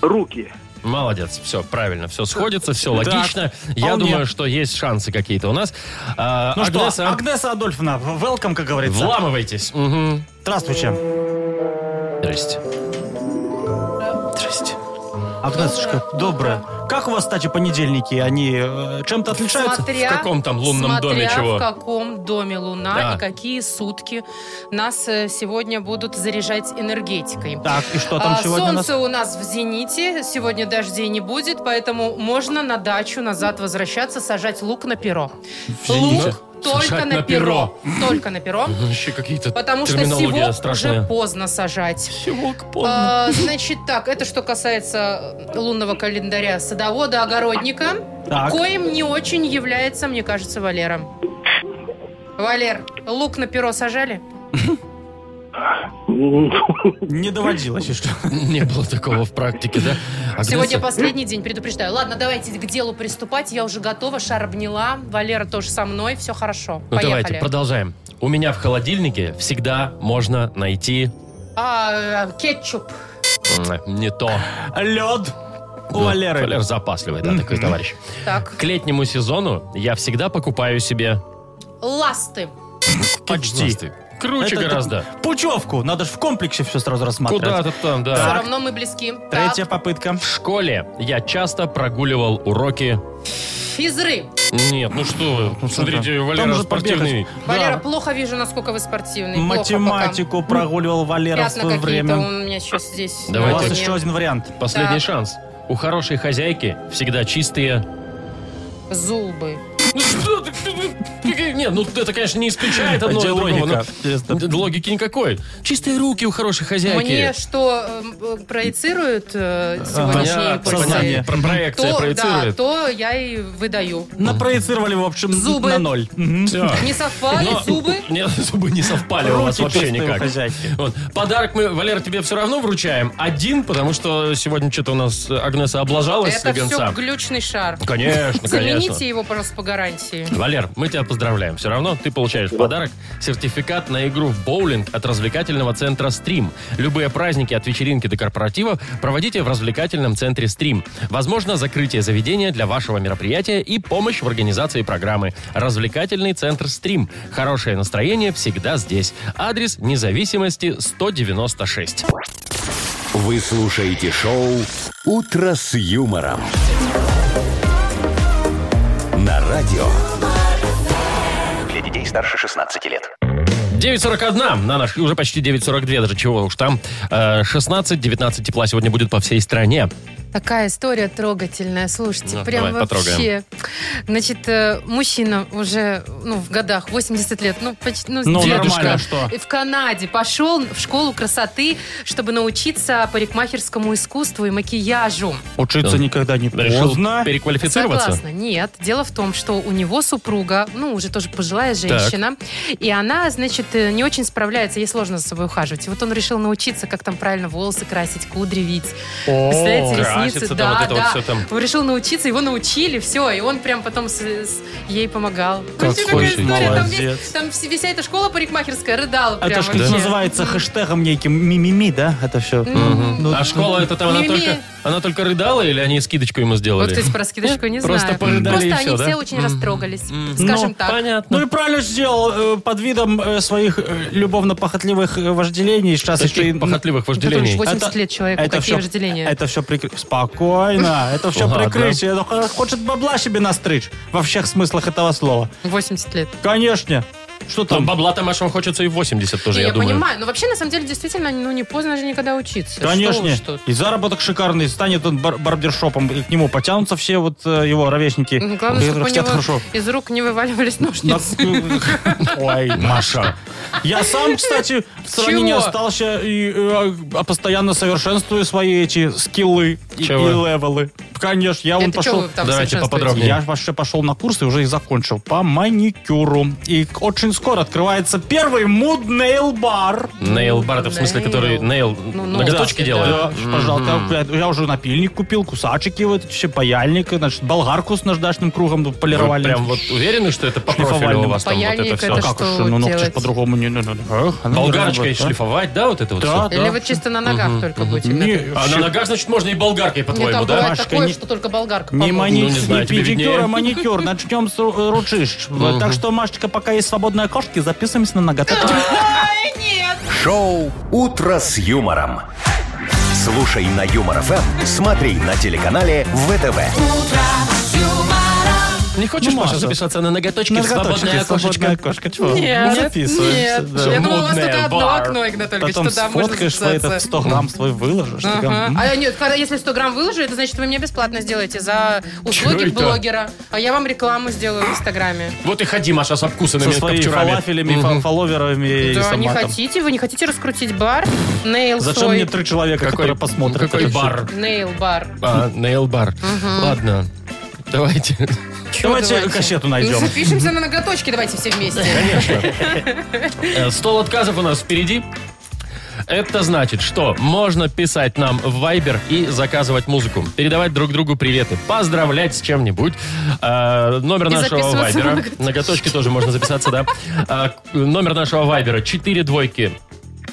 Руки.
Молодец, все правильно, все сходится, все логично. Я
вполне.
думаю, что есть шансы какие-то у нас. А,
Ну что,
Агнеса,
Агнеса Адольфовна, welcome, как говорится.
вламывайтесь. Мгм.
Здравствуйте.
Здрасте.
Здрасте. Агнесочка, доброе. Как у вас, кстати, понедельники? Они э, чем-то отличаются?
в каком там лунном
смотря
доме чего?
в каком доме луна
Да.
и какие сутки нас э, сегодня будут заряжать энергетикой.
Так, и что там
А,
сегодня у нас?
Солнце у нас в зените, сегодня дождей не будет, поэтому можно на дачу назад возвращаться, сажать лук на перо.
В зените.
Лук только
Сажать на
на перо. Только на перо.
Ну, Вообще какие-то
Потому что
терминология
сивок уже
страшная.
поздно сажать.
Сивок
А, значит так, это что касается лунного календаря садовода, огородника,
Так.
коим не очень является, мне кажется, Валера. Валер, лук на перо сажали?
Не доводилось еще.
Не было такого в практике, да? Агнеса?
Сегодня последний день, предупреждаю. Ладно, давайте к делу приступать. Я уже готова, шар обняла. Валера тоже со мной, все хорошо.
Ну
Поехали.
давайте, продолжаем. У меня в холодильнике всегда можно найти
А, э, кетчуп.
м, не то.
Лед у
Ну,
Валеры.
Валер запасливый, да, такой товарищ.
Так,
К летнему сезону я всегда покупаю себе...
ласты.
Почти.
Ты. Круче
Это-
Ну, гораздо.
Путевку. Надо же в комплексе все сразу рассматривать.
Куда-то там, да.
Все
Так.
равно мы близки.
Третья
Так,
попытка.
В школе я часто прогуливал уроки...
физры.
Нет, ну что вы, смотрите,
Там
Валера
же
спортивный.
побегать.
Валера,
Да.
плохо вижу, насколько вы спортивный. Плохо пока.
Математику прогуливал Валера в
Пятна
свое
какие-то
время.
у меня сейчас здесь.
У
Давайте.
вас
Мне-
еще один вариант.
Последний
Так.
шанс. У хорошей хозяйки всегда чистые...
Зубы.
Ну что ты- Нет, ну это, конечно, не исключает одно и
Где
другого.
логика?
но-
Интересно.
Логики никакой. Чистые руки у хорошей хозяйки.
Мне что э, э, проецируют э, сегодняшние
Понятно, понятно.
пульсы?
Про- Проекция
То, да,
проецирует.
то я и выдаю.
Напроецировали, в общем,
Зубы.
на ноль. Мгм.
Всё.
Не совпали
Но-
зубы?
[laughs] Нет, зубы не совпали у вас
Руки
вообще
чистые у
никак.
хозяйки.
Вот. Подарок мы, Валера, тебе все равно вручаем. Один, потому что сегодня что-то у нас Агнеса облажалась с
Это все
гонца.
глючный шар.
Конечно, конечно.
Замените его, пожалуйста, по гарантии.
Валер, мы тебя поздравляем. Все равно ты получаешь в подарок сертификат на игру в боулинг от развлекательного центра «Стрим». Любые праздники от вечеринки до корпоратива проводите в развлекательном центре «Стрим». Возможно, закрытие заведения для вашего мероприятия и помощь в организации программы. Развлекательный центр «Стрим». Хорошее настроение всегда здесь. Адрес независимости 196.
Вы слушаете шоу «Утро с юмором». На радио
Для детей старше 16 лет.
9.41 на наш, уже почти 9.42, даже чего уж там. Э, 16-19 тепла сегодня будет по всей стране.
Такая история трогательная, слушайте,
Ну,
прям
давай, потрогаем.
вообще. Значит, э, мужчина уже ну, в годах, 80 лет, ну, почти, ну,
Ну,
дедушка.
нормально, что?
И В Канаде пошел в школу красоты, чтобы научиться парикмахерскому искусству и макияжу.
Учиться
Да.
никогда не
Решил
поздно.
переквалифицироваться.
Согласна. Нет. Дело в том, что у него супруга, ну, уже тоже пожилая женщина, и она, значит, э, не очень справляется, ей сложно за собой ухаживать. И вот он решил научиться, как там правильно волосы красить, кудри вить. Представляете,
краситься,
ресницы,
да,
да,
вот это вот
да.
всё там.
Он решил научиться, его научили, все, и он прям потом с- с- ей помогал. Вообще
Какой
такая
ты
история. Там,
молодец.
весь- там вс- вся эта школа парикмахерская
А
рыдала прям
Это ж как
вообще.
называется хэштегом неким мимими, да? Это все.
Мгм.
а школа это там она
Мими.
только, она только рыдала или они скидочку ему сделали?
Вот, кстати, про скидочку не
Просто
знаю.
порыдали
Просто
и
они
всё, да?
все очень
Мгм.
растрогались,
Мгм.
скажем
Ну,
так.
Понятно.
Ну и правильно сделал э, под видом э, своих э, любовно-похотливых э, вожделений. Сейчас еще и
Таких похотливых вожделений.
Который 80 лет человеку, какие
всё-
вожделения?
Это все Спокойно, это все
[laughs] Ладно.
прикрытие. Он хо- хочет бабла себе настричь во всех смыслах этого слова.
80 лет.
Конечно. Что
Там
там?
бабла там вашего хочется и в 80 тоже,
Не,
я,
я
думаю.
понимаю, но вообще, на самом деле, действительно, ну не поздно же никогда учиться. Что
Конечно.
уж тут.
И заработок шикарный. Станет он бар- барбершопом, и к нему потянутся все вот э, его ровесники.
Ну, Главное, чтобы
которые
у
хотят
него
хорошо.
из рук не вываливались
На-
ножницы.
Ой, Маша. Я сам, кстати, в стране не
Чего?
остался и э, а постоянно совершенствую свои эти скиллы. и, и
Чего?
левелы. Конечно, я вон
Это чё
пошел...
вы там
Давайте
совершенствуете?
поподробнее.
Я вообще пошел на курсы, уже и закончил. По маникюру. И к- очень скоро открывается первый муд нейл бар.
Нейл бар, это в смысле,
Нейл.
который нейл
Ну,
ноготочки
ногти,
делает?
да.
Да, пожалуйста. Я, я уже напильник купил, кусачики, вот, все паяльник, значит, болгарку с наждачным кругом ну, тут
Вы
полировали.
прям вот уверены, что это по профилю у
Шлифовальным.
вас там вот это
Паяльник
все?
это
Как
Что
уж, ну ногти ж
делать?
по-другому не... ну, ну, ну,
А
ну,
Болгарочкой
да.
шлифовать, да, вот это вот
Да,
все?
Или
да.
вот чисто на ногах только будете?
Не,
готовить?
А
щи-
на ногах, значит, можно и болгаркой,
Мне
по-твоему,
там
да?
бывает
Машка,
такое,
не-
что только болгарка
Не,
поможет.
мани-
Ну, не знаю,
не
тебе
педикюр,
виднее.
а маникюр. Начнем с ру- ручищ. Так что, Машечка, пока есть свободные окошки, записываемся на ноготок.
А,
Ай, нет!
Шоу «Утро с юмором». Слушай на Юмор ФМ, смотри на телеканале ВТВ.
Не хочешь,
Ну,
Маша,
Маша.
записаться на ноготочки в
Ноготочки,
свободное окошечко?
свободное окошко. Чего?
Нет,
Записываемся,
нет.
да.
Я думала, у вас только
Модное
одно
бар.
окно, Игнатольевич,
Потом
что там можно
сфоткаешь свой этот
записаться.
100 грамм свой выложишь. ты
Ага.
там, м,
А нет, когда, если 100 грамм выложу, это значит, вы мне бесплатно сделаете за услуги
это?
блогера. А я вам рекламу сделаю в Инстаграме.
Вот и ходи, Маша, с
Со
обкусанными
своими
каптюрами.
фалафелями, фа- фолловерами и
Да, не
томатом.
хотите? Вы не хотите раскрутить бар? Нейл
Зачем
свой.
мне три человека, которые посмотрят?
Какой
это
бар?
Нейл бар.
А, Нейл бар. Ладно, давайте.
всё? Давайте кассету
Ну,
найдем.
запишемся на ноготочки, давайте все вместе.
Э, Стол отказов у нас впереди. Это значит, что можно писать нам в Viber и заказывать музыку, передавать друг другу приветы, поздравлять с чем-нибудь. Э, номер
И
нашего
записываться [laughs] на
Viber.
ноготочки.
На ноготочки тоже можно записаться, да. Э, к- номер нашего Viber 4 двойки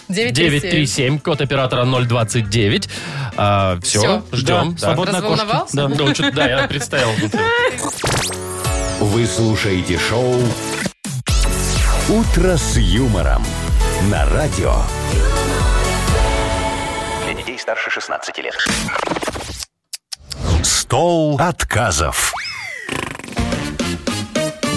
937.
937, код оператора 029. Э, все,
Всё.
ждем.
Да, свободные окошки.
Разволновался?
Да.
Ну, что-то, да, я представил.
Вы слушаете шоу «Утро с юмором» на радио.
Для детей старше 16 лет.
Стол отказов.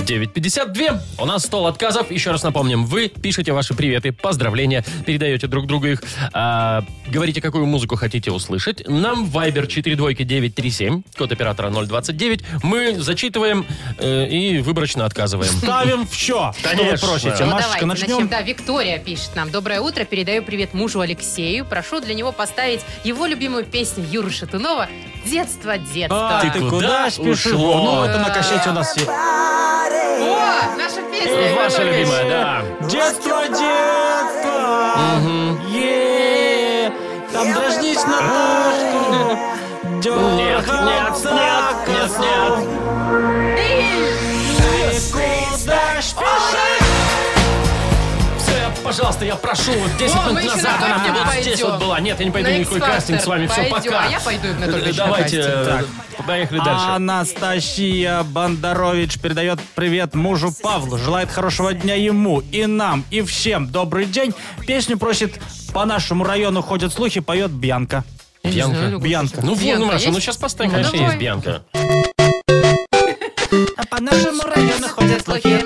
9.52. У нас стол отказов. Еще раз напомним, вы пишете ваши приветы, поздравления, передаете друг другу их, а, говорите, какую музыку хотите услышать. Нам Viber 42937, код оператора 029. Мы зачитываем э, и выборочно отказываем.
Ставим в чё? Что вы
Конечно.
просите?
Ну,
Машечка,
давайте
начнем?
Да, Виктория пишет нам. Доброе утро. Передаю привет мужу Алексею. Прошу для него поставить его любимую песню Юры Шатунова «Детство, детство».
А,
Ты
ты
куда
куда спешишь?
ушла?
Ну, это на кассете у нас есть.
О, наша песня.
Э, Ваша
Игорь
любимая,
Ольгович.
да.
Детство, детство, е там дрожнись на ножку,
Нет, нет, нет, нет, нет. Все, пожалуйста, я прошу, вот 10
О, мы
минут
еще
назад
на
она
кастинг
была,
пойдем.
здесь вот была. Нет, я не пойду
На
ни на какой
X-Factor.
кастинг с вами, все,
Пойдем,
пока.
а я пойду, Игнатольевич, на
Давайте,
кастинг. А,
э, поехали дальше.
Анастасия Бондарович передает привет мужу Павлу, желает хорошего дня ему и нам, и всем добрый день. Песню просит «По нашему району ходят слухи», поет Бьянка.
Я не
Бьянка.
знаю, Люк.
Бьянка.
Ну, вон,
Бьянка
ну, Маша,
есть?
ну сейчас поставим,
Ну,
конечно,
давай.
есть Бьянка.
А По нашему району ходят слухи.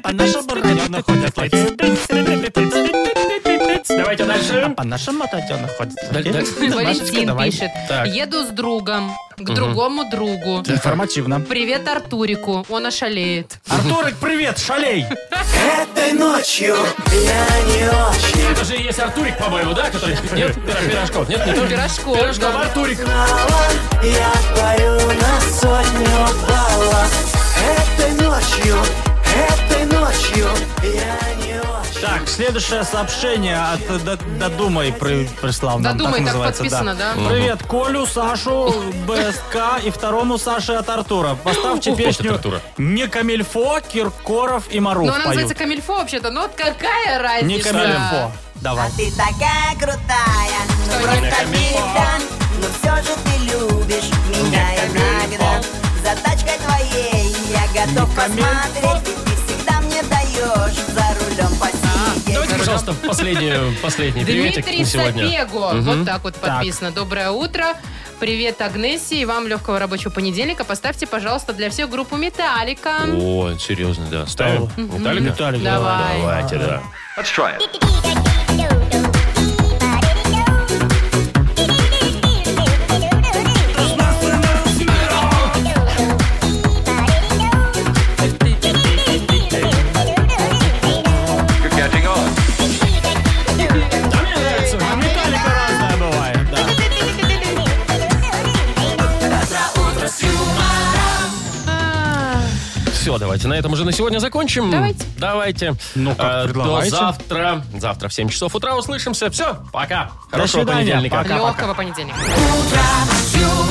По нашему району ходят слухи.
Давайте дальше.
А По нашему району ходят
Даль- даль-
слухи. Машечка,
Валентин
давай.
пишет.
Так.
Еду с другом к другому другу.
Информативно.
Привет Артурику. Он ошалеет.
Артурик, привет, шалей!
Ну, Это же и есть Артурик, по-моему, да? Который... Нет, пир- пирожков. Нет, не то.
Пирожков,
Пирожков,
да.
Артурик.
Я пою на сотню баллов Этой ночью, этой ночью Я не очень
Так, следующее сообщение от э, Д- Додумай при- прислал нам.
Додумай, так
называется,
подписано, да. Мгм.
Привет Колю, Сашу, БСК и второму Саше от Артура. Поставьте
Ух, вот
песню
это Артура.
«Не Камильфо, Киркоров и Маруф»
Но Ну, она
поют.
называется Камильфо вообще-то. Ну вот какая разница?
«Не Камильфо». Давай.
Ты такая крутая, ну просто капитан Но все же ты любишь меня иногда За тачкой твоей я готов посмотреть Ты всегда мне даешь за рулем посидеть
Давайте, пожалуйста, последнюю- последний приветик
Дмитрий
на сегодня.
Сапего. Вот так вот подписано. Доброе утро. Привет, Агнессе, и вам легкого рабочего понедельника. Поставьте, пожалуйста, для всех группу «Металлика».
О, серьезно, да. Ставим. М-м. Виталика?
Виталик,
Давай.
Давайте, да.
А Металлика разная бывает.
Все, давайте на этом уже на сегодня закончим.
Давайте.
Давайте.
Ну, как
Э, До
предлагаете.
завтра. Завтра в 7 часов утра услышимся. Все, пока. Хорошего
свидания.
понедельника.
Пока-пока.
Легкого понедельника.
Утро с юмором.